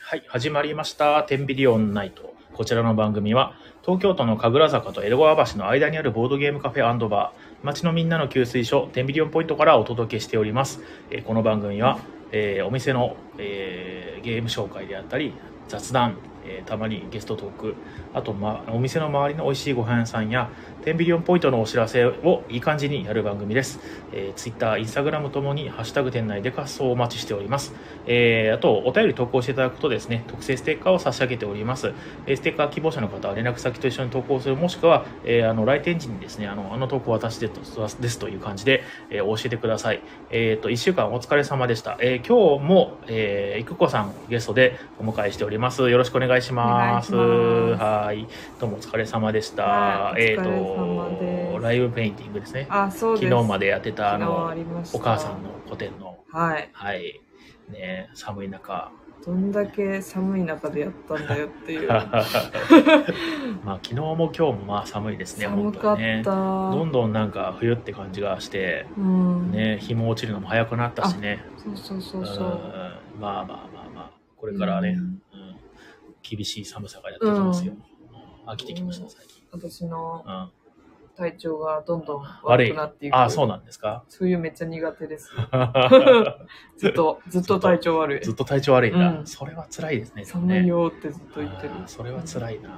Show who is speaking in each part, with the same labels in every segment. Speaker 1: はい、始まりました。テンビリオンナイト。こちらの番組は、東京都の神楽坂と江戸川橋の間にあるボードゲームカフェバー、街のみんなの給水所、テンビリオンポイントからお届けしております。えーこの番組は、えーお店の、えーゲーム紹介であったり、雑談、えーたまにゲストトーク、あと、ま、お店の周りの美味しいご飯屋さんや、テンビリオンポイントのお知らせをいい感じにやる番組です。えー、Twitter、Instagram ともに、ハッシュタグ店内で活動をお待ちしております。えーあと、お便り投稿していただくとですね、特製ステッカーを差し上げております。えーステッカー希望者の方は連絡先と一緒に投稿する、もしくは、えーあの来店時にですね、あのあの投稿私でとですという感じで、えーお教えてください。えっ、と、1週間お疲れ様でした。えー今日も、えー、いくこさんゲストでお迎えしております。よろしくお願いします。
Speaker 2: お願いします
Speaker 1: はい。どうもお疲れ様でした。
Speaker 2: はい
Speaker 1: えっ、
Speaker 2: お疲れ様で
Speaker 1: と、
Speaker 2: す
Speaker 1: ライブペインティングですね。
Speaker 2: あ、そうです。
Speaker 1: 昨日までやってた、あ
Speaker 2: 昨日
Speaker 1: の
Speaker 2: あ、りました
Speaker 1: お母さんの個展の
Speaker 2: はい。
Speaker 1: はい。ね寒い 中。
Speaker 2: どんだけ寒い中でやったんだよっ ていう。
Speaker 1: まあ、昨日も今日もまあ寒いですね、
Speaker 2: 寒
Speaker 1: 本当
Speaker 2: かっ
Speaker 1: にね。
Speaker 2: た。
Speaker 1: どんどんなんか冬って感じがして、
Speaker 2: うん。
Speaker 1: ね、日も落ちるのも早くなったしね。
Speaker 2: そうそうそううんそう。
Speaker 1: まあまあまあまあ、これからね
Speaker 2: う、ん
Speaker 1: うん厳しい寒さがやってきますよ。飽きてきました、最近。
Speaker 2: 私の
Speaker 1: うん、あ
Speaker 2: 体調がどんどん
Speaker 1: 悪い
Speaker 2: 悪くなっていく。
Speaker 1: あ、そうなんです か
Speaker 2: 冬めっちゃ苦手です。ずっと、ずっと体調悪い
Speaker 1: ず。っと体調悪いんだ。
Speaker 2: うん
Speaker 1: それは辛いですね。でもね
Speaker 2: 寒いよってずっと言ってる
Speaker 1: あー。それは辛いな。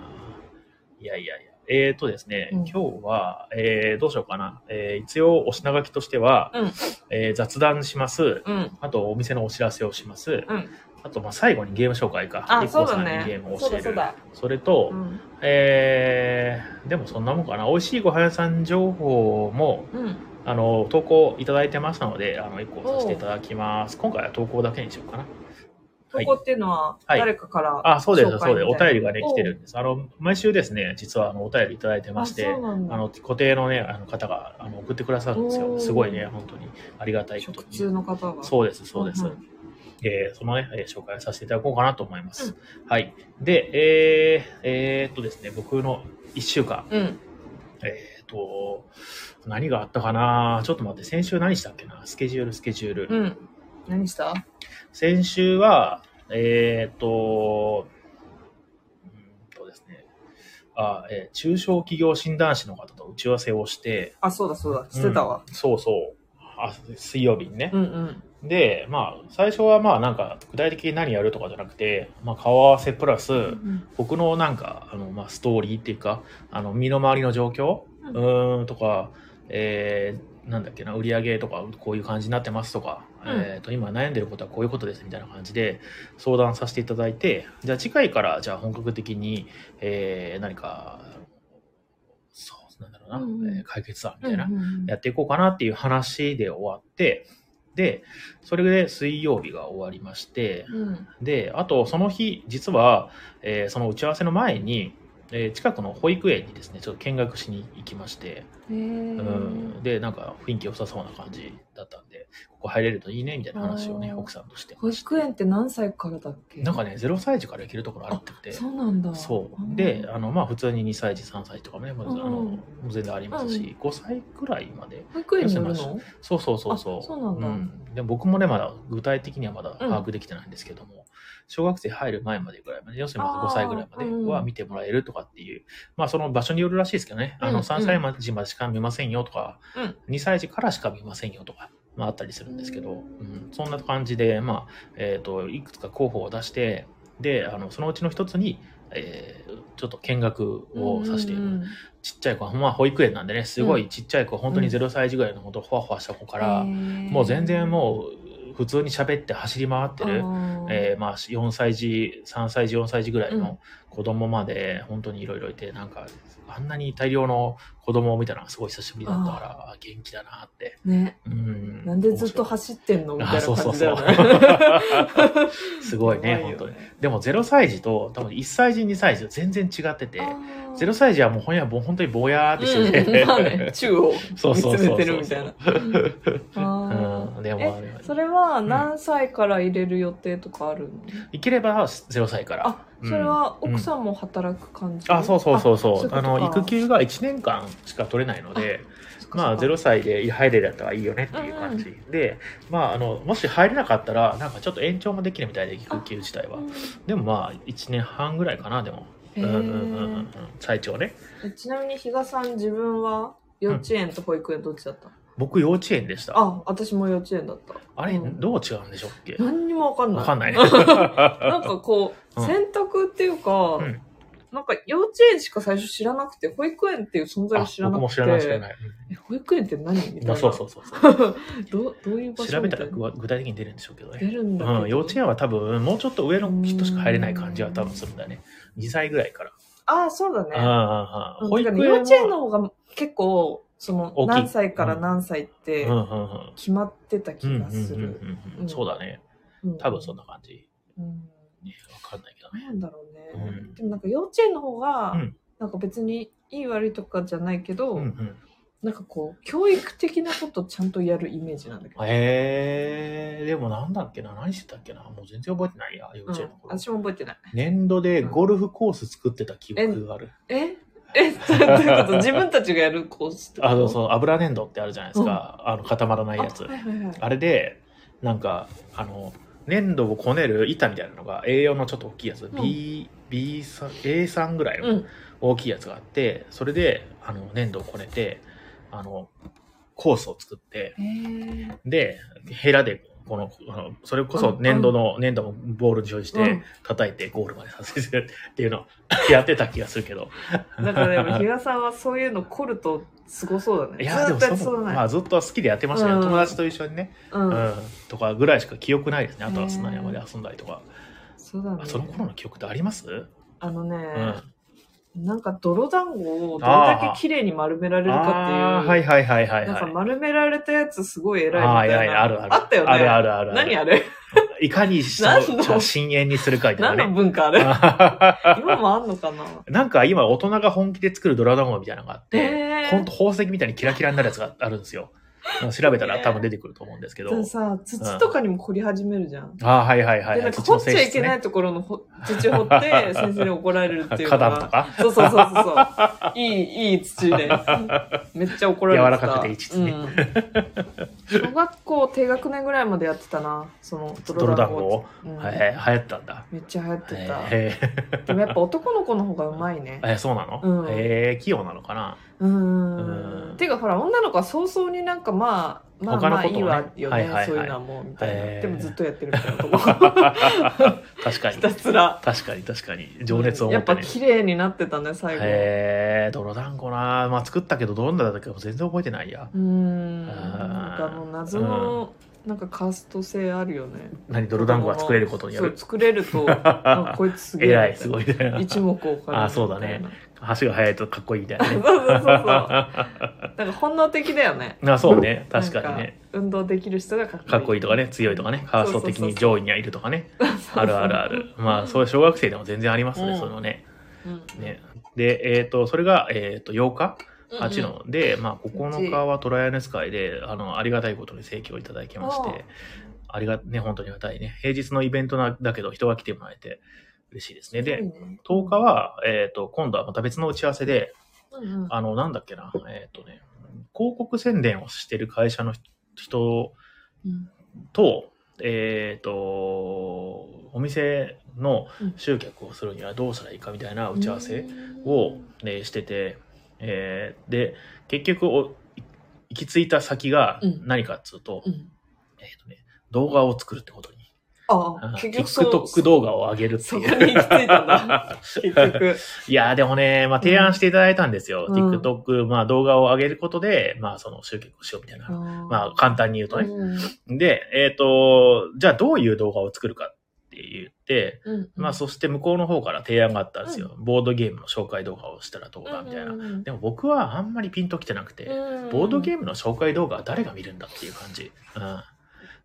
Speaker 1: いやいやいや。えっ、ー、とですね、
Speaker 2: うん
Speaker 1: 今日は、えーどうしようかな。えー一応、お品書きとしては、
Speaker 2: うん
Speaker 1: えー雑談します。
Speaker 2: うん。
Speaker 1: あと、お店のお知らせをします。
Speaker 2: うん。
Speaker 1: あと、まあ、最後にゲーム紹介か。
Speaker 2: あ、
Speaker 1: リッ
Speaker 2: そ
Speaker 1: コ
Speaker 2: う
Speaker 1: ーさ
Speaker 2: だ
Speaker 1: んにゲー
Speaker 2: ね
Speaker 1: ム。を
Speaker 2: そう
Speaker 1: 教え
Speaker 2: だ
Speaker 1: る。
Speaker 2: そ
Speaker 1: そう
Speaker 2: だ。
Speaker 1: れと、
Speaker 2: うん。
Speaker 1: えーでもそんなもんかな。美味しいごはん屋さん情報も、
Speaker 2: うん。
Speaker 1: あの、投稿いただいてましたので、あの、一個させていただきます。今回は投稿だけにしようかな。
Speaker 2: ここっていうのは、
Speaker 1: はい
Speaker 2: 誰かから、
Speaker 1: あ、そうです、
Speaker 2: 紹
Speaker 1: そ
Speaker 2: 介
Speaker 1: う
Speaker 2: み
Speaker 1: で
Speaker 2: た
Speaker 1: す。
Speaker 2: い
Speaker 1: お
Speaker 2: な
Speaker 1: 便りがね、来てるんです。あの、毎週ですね、実はあのお便りいただいてま
Speaker 2: あ、
Speaker 1: し
Speaker 2: そう
Speaker 1: て、
Speaker 2: なんだ
Speaker 1: あの、固定のね、あの方があの送ってくださるんです
Speaker 2: お
Speaker 1: よ。
Speaker 2: ー
Speaker 1: すごいね、本当にありがたいこと
Speaker 2: 食
Speaker 1: に。
Speaker 2: 通の方が。
Speaker 1: そうです、そうです。
Speaker 2: んん
Speaker 1: えーそのね、えー紹介をさせていただこうかなと思います。はい。で、えー、えーっとですね、僕の1週間、
Speaker 2: うん。
Speaker 1: えーっと、何があったかなちょっと待って、先週何したっけなスケジュール、スケジュール。
Speaker 2: うん。何した
Speaker 1: 先週は、えーっと、うーんとですね、あ、えー中小企業診断士の方と打ち合わせをして、
Speaker 2: あ、そうだそうだ。してたわ。
Speaker 1: うんそうそう。あ水曜日にね
Speaker 2: う、んうん。
Speaker 1: で、まあ、最初はまあ、なんか、具体的に何やるとかじゃなくて、まあ、顔合わせプラス、僕のなんか、あの、まあ、ストーリーっていうか、あの、身の回りの状況、う
Speaker 2: う
Speaker 1: ー
Speaker 2: ん
Speaker 1: ん、とか、えー、なんだっけな、売り上げとか、こういう感じになってますとか、
Speaker 2: うん
Speaker 1: えっ、と、今悩んでることはこういうことですみたいな感じで、相談させていただいて、じゃあ次回から、じゃあ本格的に、えー、何か、そう、なんだろうな、
Speaker 2: うんうん
Speaker 1: えー解決案みたいな、
Speaker 2: うんうん
Speaker 1: やっていこうかなっていう話で終わって、で、それで水曜日が終わりまして、
Speaker 2: うん。
Speaker 1: で、あとその日、実は、えーその打ち合わせの前に、えー近くの保育園にですね、ちょっと見学しに行きまして、う
Speaker 2: へー
Speaker 1: ん、で、なんか雰囲気良さそうな感じだったんで、ここ入れるといいね、みたいな話をね、
Speaker 2: あー
Speaker 1: 奥さんとして
Speaker 2: 保
Speaker 1: まして。
Speaker 2: 育園って何歳からだっけ
Speaker 1: なんかね、0歳児から行けるところあるって言って。
Speaker 2: そうなんだ。
Speaker 1: そう。
Speaker 2: ん
Speaker 1: で、、あの、まあ、普通に2歳児、3歳児とかもね、まずあ
Speaker 2: うんう
Speaker 1: の
Speaker 2: ん、
Speaker 1: 全然ありますし、5歳くらいまで
Speaker 2: 保育園による
Speaker 1: 寄せ
Speaker 2: の
Speaker 1: そうそうそうそう。
Speaker 2: あそうなんだ
Speaker 1: でも僕もね、まだ具体的にはまだ把握できてないんですけども、小学生入る前までぐらいまで、要するにまだ
Speaker 2: あー
Speaker 1: 5歳ぐらいまで
Speaker 2: うん
Speaker 1: は見てもらえるとかっていう、まあその場所によるらしいですけどね、あ
Speaker 2: うんう
Speaker 1: の
Speaker 2: ん
Speaker 1: 3歳児までしか見ませんよとか、
Speaker 2: うん
Speaker 1: 2歳児からしか見ませんよとか、まああったりするんですけど、うんそんな感じで、まあ、えっ、と、いくつか候補を出して、で、あの、そのうちの一つに、えーちょっと見学をさせて、
Speaker 2: うんうん
Speaker 1: ちっちゃい子、まあ保育園なんでね、すごいちっちゃい子、本当に
Speaker 2: うん
Speaker 1: 0歳児ぐらいの本当ほわほわした子から、
Speaker 2: へー
Speaker 1: もう全然もう普通に喋って走り回ってる、
Speaker 2: あー
Speaker 1: えーまあ4歳児3歳児4歳児ぐらい
Speaker 2: うん
Speaker 1: の子供まで本当にいろいろいてなんかあんなに大量の子供を見たのはすごい久しぶりだったからあ元気だなって、
Speaker 2: ね、
Speaker 1: うん、
Speaker 2: なんでずっと走ってんのみたい
Speaker 1: あ
Speaker 2: な
Speaker 1: そうそ
Speaker 2: 感
Speaker 1: う
Speaker 2: じだ
Speaker 1: そう
Speaker 2: よね。
Speaker 1: すごいね
Speaker 2: 怖
Speaker 1: 本
Speaker 2: よ
Speaker 1: 当に。でも0歳児と多分1歳児2歳児は全然違ってて
Speaker 2: あー
Speaker 1: 0歳児はもうほんやぼ本当にぼやーってしてて、
Speaker 2: うんまあね、宙を
Speaker 1: そう
Speaker 2: 見
Speaker 1: そうそう
Speaker 2: つ
Speaker 1: そう
Speaker 2: めてるみたいな。あ ー
Speaker 1: うん、電話で
Speaker 2: それは何歳から入れる予定とかあるの、
Speaker 1: できれば0歳から
Speaker 2: あそれは奥さんも働く感じ、
Speaker 1: あそうそうそうそう
Speaker 2: そういうこと
Speaker 1: あ
Speaker 2: か
Speaker 1: の育休が1年間しか取れないので
Speaker 2: そっか
Speaker 1: ま
Speaker 2: そっ
Speaker 1: あ
Speaker 2: か
Speaker 1: 0歳で入れるやったらいいよねっていう感じ、でまああのもし入れなかったらなんかちょっと延長もできるみたいで育休自体は
Speaker 2: うん
Speaker 1: でもまあ1年半ぐらいかなでも、
Speaker 2: へ
Speaker 1: うんう
Speaker 2: ー
Speaker 1: んうんうん最長ね
Speaker 2: えちなみに比嘉さん自分は幼稚園と保育園どっちだった、
Speaker 1: 僕幼稚園でしたあ
Speaker 2: あ私も幼稚園だった
Speaker 1: れ、
Speaker 2: うん
Speaker 1: どう違うんでしょうっけ
Speaker 2: 何にもわかんない
Speaker 1: わかんない
Speaker 2: なんかこう、
Speaker 1: うん
Speaker 2: 選択っていうか、
Speaker 1: うん
Speaker 2: なんか幼稚園しか最初知らなくて、保育園っていう存在を
Speaker 1: あ
Speaker 2: 知ら
Speaker 1: 僕
Speaker 2: な
Speaker 1: も
Speaker 2: く
Speaker 1: 知らない知ら
Speaker 2: て、
Speaker 1: ない、
Speaker 2: え保育園って何みたい
Speaker 1: うん、
Speaker 2: な。
Speaker 1: そうそうそうそう
Speaker 2: どうどういう場所
Speaker 1: 調べたら
Speaker 2: みい
Speaker 1: 具
Speaker 2: な
Speaker 1: 具体的に出るんでしょうけど
Speaker 2: 出
Speaker 1: ね、
Speaker 2: るんだけど、
Speaker 1: うん、幼稚園は多分もうちょっと上の人しか入れない感じは多分するんだね2歳ぐらいから、
Speaker 2: ああ、そうだ
Speaker 1: あ
Speaker 2: ね。
Speaker 1: あああ
Speaker 2: うん
Speaker 1: 保
Speaker 2: だ
Speaker 1: 育
Speaker 2: か
Speaker 1: 園は
Speaker 2: ら幼稚園の方が結構、その
Speaker 1: 大きい
Speaker 2: 何歳から何歳って
Speaker 1: うんうんうん
Speaker 2: 決まってた気
Speaker 1: うん
Speaker 2: がする。
Speaker 1: うんうんうんうん
Speaker 2: うん
Speaker 1: そうだね多分そんな感じ、
Speaker 2: うん。うん
Speaker 1: ね、分かんないけどね
Speaker 2: なんだろうね、
Speaker 1: うん
Speaker 2: でもなんか幼稚園の方が、
Speaker 1: うん
Speaker 2: なんか別にいい悪いとかじゃないけど、
Speaker 1: うんうん
Speaker 2: なんかこう教育的なことちゃんとやるイメージなんだけど、
Speaker 1: えー、でもなんだっけな何してたっけなもう全然覚えてないや幼
Speaker 2: うん
Speaker 1: 稚園の頃、
Speaker 2: 私も覚えてない
Speaker 1: 年度でゴルフコース作ってた記憶がある、
Speaker 2: え えどういうこと自分たちがやるコースってこと
Speaker 1: あのそう油粘土ってあるじゃないですか、あの固まらないやつ
Speaker 2: あはいはいはい
Speaker 1: あれで、なんか、あの、粘土をこねる板みたいなのが A4 のちょっと大きいやつ、
Speaker 2: ん
Speaker 1: B、B3、A3 ぐらいうの
Speaker 2: ん
Speaker 1: 大きいやつがあって、それで、あの、粘土をこねて、あの、コースを作って、
Speaker 2: へー
Speaker 1: で、ヘラで、この、あのそれこそ粘土の、粘土をボールに用意し
Speaker 2: う
Speaker 1: て
Speaker 2: ん、
Speaker 1: 叩いてゴールまでさせて っていうのをやってた気がするけど。
Speaker 2: なんかでも比嘉さんはそういうの凝るとすごそうだね
Speaker 1: いや、で
Speaker 2: ず
Speaker 1: も
Speaker 2: っとや
Speaker 1: そ
Speaker 2: ってそう
Speaker 1: の、
Speaker 2: だね、
Speaker 1: まあずっと好きでやってましたね。
Speaker 2: うん
Speaker 1: 友達と一緒にね、
Speaker 2: う、
Speaker 1: うんん、とかぐらいしか記憶ないですね。あとは砂山で
Speaker 2: へ
Speaker 1: 遊んだりとか。
Speaker 2: そうだね
Speaker 1: あその頃の記憶ってあります、
Speaker 2: あのね、
Speaker 1: うん
Speaker 2: なんか泥団子をどれだけ綺麗に丸められるか
Speaker 1: あー
Speaker 2: って。
Speaker 1: はいいうはいはいはい
Speaker 2: なん
Speaker 1: は
Speaker 2: か
Speaker 1: い。
Speaker 2: 丸められたやつすごい偉いみ
Speaker 1: ああ
Speaker 2: た
Speaker 1: ー、い
Speaker 2: いな。
Speaker 1: やいや、あるある。
Speaker 2: あったよね。
Speaker 1: あるあるある。
Speaker 2: 何あれ
Speaker 1: いかにして
Speaker 2: 何の
Speaker 1: じゃあ深淵にするかみたい
Speaker 2: 何
Speaker 1: な
Speaker 2: の
Speaker 1: ね。
Speaker 2: 文化あれ今もあんのかな
Speaker 1: なんか今大人が本気で作るドラゴンみたいなのがあって、
Speaker 2: え
Speaker 1: ほんと宝石みたいにキラキラになるやつがあるん ですよ。調べたら多分出てくると思うんですけど。
Speaker 2: でさ、土とかにも凝り始めるじゃん。
Speaker 1: ああ、はいはいはいは。
Speaker 2: で、ないんか
Speaker 1: 土
Speaker 2: 掘
Speaker 1: の
Speaker 2: っち
Speaker 1: 性
Speaker 2: ゃい
Speaker 1: 質
Speaker 2: けな
Speaker 1: ね
Speaker 2: いところのほ土掘って、先生に怒られるっていう
Speaker 1: 花壇と
Speaker 2: か。
Speaker 1: か。
Speaker 2: そうそうそうそうそう。いい、いい土で。めっちゃ怒られて
Speaker 1: 柔
Speaker 2: た。
Speaker 1: らかくていい土ね
Speaker 2: うん小学校低学年ぐらいまでやってたな、その
Speaker 1: 泥団子
Speaker 2: を
Speaker 1: を。
Speaker 2: うん
Speaker 1: はいはい流行ったんだ。
Speaker 2: めっちゃ流行ってた。
Speaker 1: へ
Speaker 2: でもやっぱ男の子の方がうまい ね。
Speaker 1: え、えそうなの、
Speaker 2: うん
Speaker 1: へえ、器用なのか な
Speaker 2: うー
Speaker 1: うん
Speaker 2: ん。てかほら、女の子は早々になんかまあ、まあ
Speaker 1: 他の
Speaker 2: ま
Speaker 1: こと
Speaker 2: あ
Speaker 1: を
Speaker 2: い
Speaker 1: ね
Speaker 2: いわよ
Speaker 1: はいはいは
Speaker 2: ね
Speaker 1: い、
Speaker 2: そういうのはもう、みたい
Speaker 1: へ
Speaker 2: な。
Speaker 1: ー
Speaker 2: でもずっとやってるみたいなとこ。
Speaker 1: 確かに
Speaker 2: ひたすら。
Speaker 1: 確かに確かに情熱を持
Speaker 2: や
Speaker 1: っ
Speaker 2: ってぱ
Speaker 1: ね
Speaker 2: 綺麗になってたね、最後。
Speaker 1: へえ泥団子なまあ作ったけどどんなだったか全然覚えてないや
Speaker 2: うーん。なん
Speaker 1: あー
Speaker 2: かあの謎の、なんかカースト性あるよね。
Speaker 1: 何泥団子が作れることによ
Speaker 2: そう
Speaker 1: る
Speaker 2: 作れ ると、あこいつすげえ。
Speaker 1: えらいすごいね
Speaker 2: 一目置かれるみたいな。
Speaker 1: あそうだね足が速いとかっこいいみたいな
Speaker 2: そう
Speaker 1: ね
Speaker 2: そうそうそう。なんか本能的だよね。
Speaker 1: あそうね確かにね。
Speaker 2: 運動できる人がかっこいい。
Speaker 1: かっこいいとかね強いとかねカースト的に上位にはいるとかねあるあるある まあそういう小学生でも全然ありますね、
Speaker 2: うん
Speaker 1: そのね
Speaker 2: うん。
Speaker 1: ねでえっ、とそれが、えー、と8日
Speaker 2: うんうん
Speaker 1: あっちの、で、まあ、9日はトライアネス会で、あの、ありがたいことに請求をいただきまして、ありが、ね、本当にありがたいね。平日のイベントなだけど、人が来てもらえて嬉しいですね。で、、10日、は、えっ、と、今度はまた別の打ち合わせで、
Speaker 2: うんうん、
Speaker 1: あの、なんだっけな、えっ、とね、広告宣伝をしてる会社の人
Speaker 2: うん
Speaker 1: と、えっ、と、お店の集客をするにはどうしたらいいかみたいな打ち合わせ。を、ね、してて、えーで結局おい行き着いた先が
Speaker 2: うん
Speaker 1: 何かっつうと,、
Speaker 2: うん、
Speaker 1: えーとね、動画を作るってことに
Speaker 2: あ
Speaker 1: あ
Speaker 2: あ
Speaker 1: の
Speaker 2: 結局そう
Speaker 1: TikTok 動画を上げるって
Speaker 2: そこ
Speaker 1: い
Speaker 2: に
Speaker 1: う
Speaker 2: 行き着いたんだ結局、
Speaker 1: いやーでもね、まあ、提案していただいたんですよ、
Speaker 2: うん
Speaker 1: TikTok、まあ、動画を上げることで、まあ、その集客をしようみたいな、まあ、簡単に言うとね、
Speaker 2: うん
Speaker 1: で、えっとじゃあどういう動画を作るかって言って
Speaker 2: うん、
Speaker 1: まあ、そして向こうの方から提案があったんですよ、ボードゲームの紹介動画をしたらどうだみたいな、
Speaker 2: うんうん
Speaker 1: でも僕はあんまりピンときてなくて、
Speaker 2: うん
Speaker 1: ボードゲームの紹介動画は誰が見るんだっていう感じ。うん、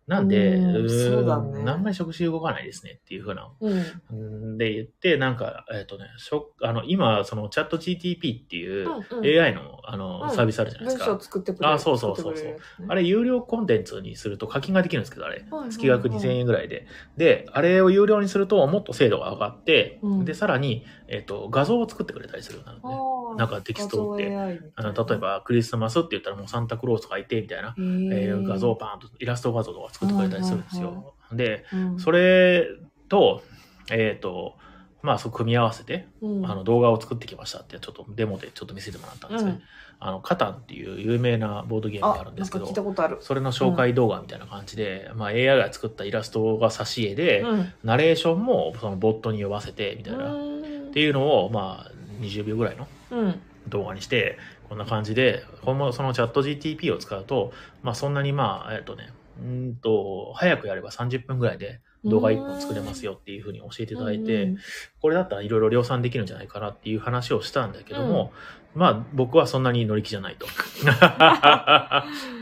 Speaker 1: なんで、
Speaker 2: うん
Speaker 1: うーん
Speaker 2: そうだね
Speaker 1: あんまり食事動かないですねっていうふうな。
Speaker 2: うん。
Speaker 1: うんで言って、なんか、えっ、とね、しょあの今、そのチャット GTP っていう
Speaker 2: うんうん
Speaker 1: AI のあの、
Speaker 2: うん
Speaker 1: サービスあるじゃないで
Speaker 2: 文
Speaker 1: すか。
Speaker 2: 章作ってくれる。
Speaker 1: あそうそうそうそう
Speaker 2: 作ってくれるやつね
Speaker 1: あれ、有料コンテンツにすると課金ができるんですけど、あれ。
Speaker 2: はいはいはい
Speaker 1: 月額2000円ぐらいで。で、あれを有料にすると、もっと精度が上がって、
Speaker 2: うん
Speaker 1: で、さらに、えっ、と、画像を作ってくれたりするようになるね。
Speaker 2: あー
Speaker 1: なんかテキストを打って
Speaker 2: 画像 AI みた
Speaker 1: あ
Speaker 2: いな
Speaker 1: の例えば、クリスマスって言ったらもうサンタクロースがいて、みたいな、
Speaker 2: へ
Speaker 1: えー
Speaker 2: ー
Speaker 1: 画像をパーンとイラスト画像とか作ってくれたりするんです
Speaker 2: はいはい
Speaker 1: よ。で、
Speaker 2: うん
Speaker 1: それと、えっ、と、まあ、そう組み合わせて、
Speaker 2: うん
Speaker 1: あの動画を作ってきましたって、ちょっとデモでちょっと見せてもらったんですね。
Speaker 2: うん
Speaker 1: あの、カタンっていう有名なボードゲームがあ
Speaker 2: あ
Speaker 1: るんで
Speaker 2: なん
Speaker 1: すけ
Speaker 2: か
Speaker 1: ど、
Speaker 2: 聞いたことある
Speaker 1: それの紹介動画みたいな感じで、まあ AI が作ったイラストが挿絵で、
Speaker 2: うん
Speaker 1: ナレーションもそのボットに読ませてみたいな、っ
Speaker 2: うん
Speaker 1: ていうのをまあ20秒ぐらいの
Speaker 2: うん
Speaker 1: 動画にしてこんな感じで今後そのチャット GTP を使うとまあそんなにまあえっとねうーんと早くやれば30分ぐらいで動画1本作れますよっていうふうに教えていただいて、
Speaker 2: うん
Speaker 1: これだったらいろいろ量産できるんじゃないかなっていう話をしたんだけども、まあ僕はそんなに乗り気じゃない と。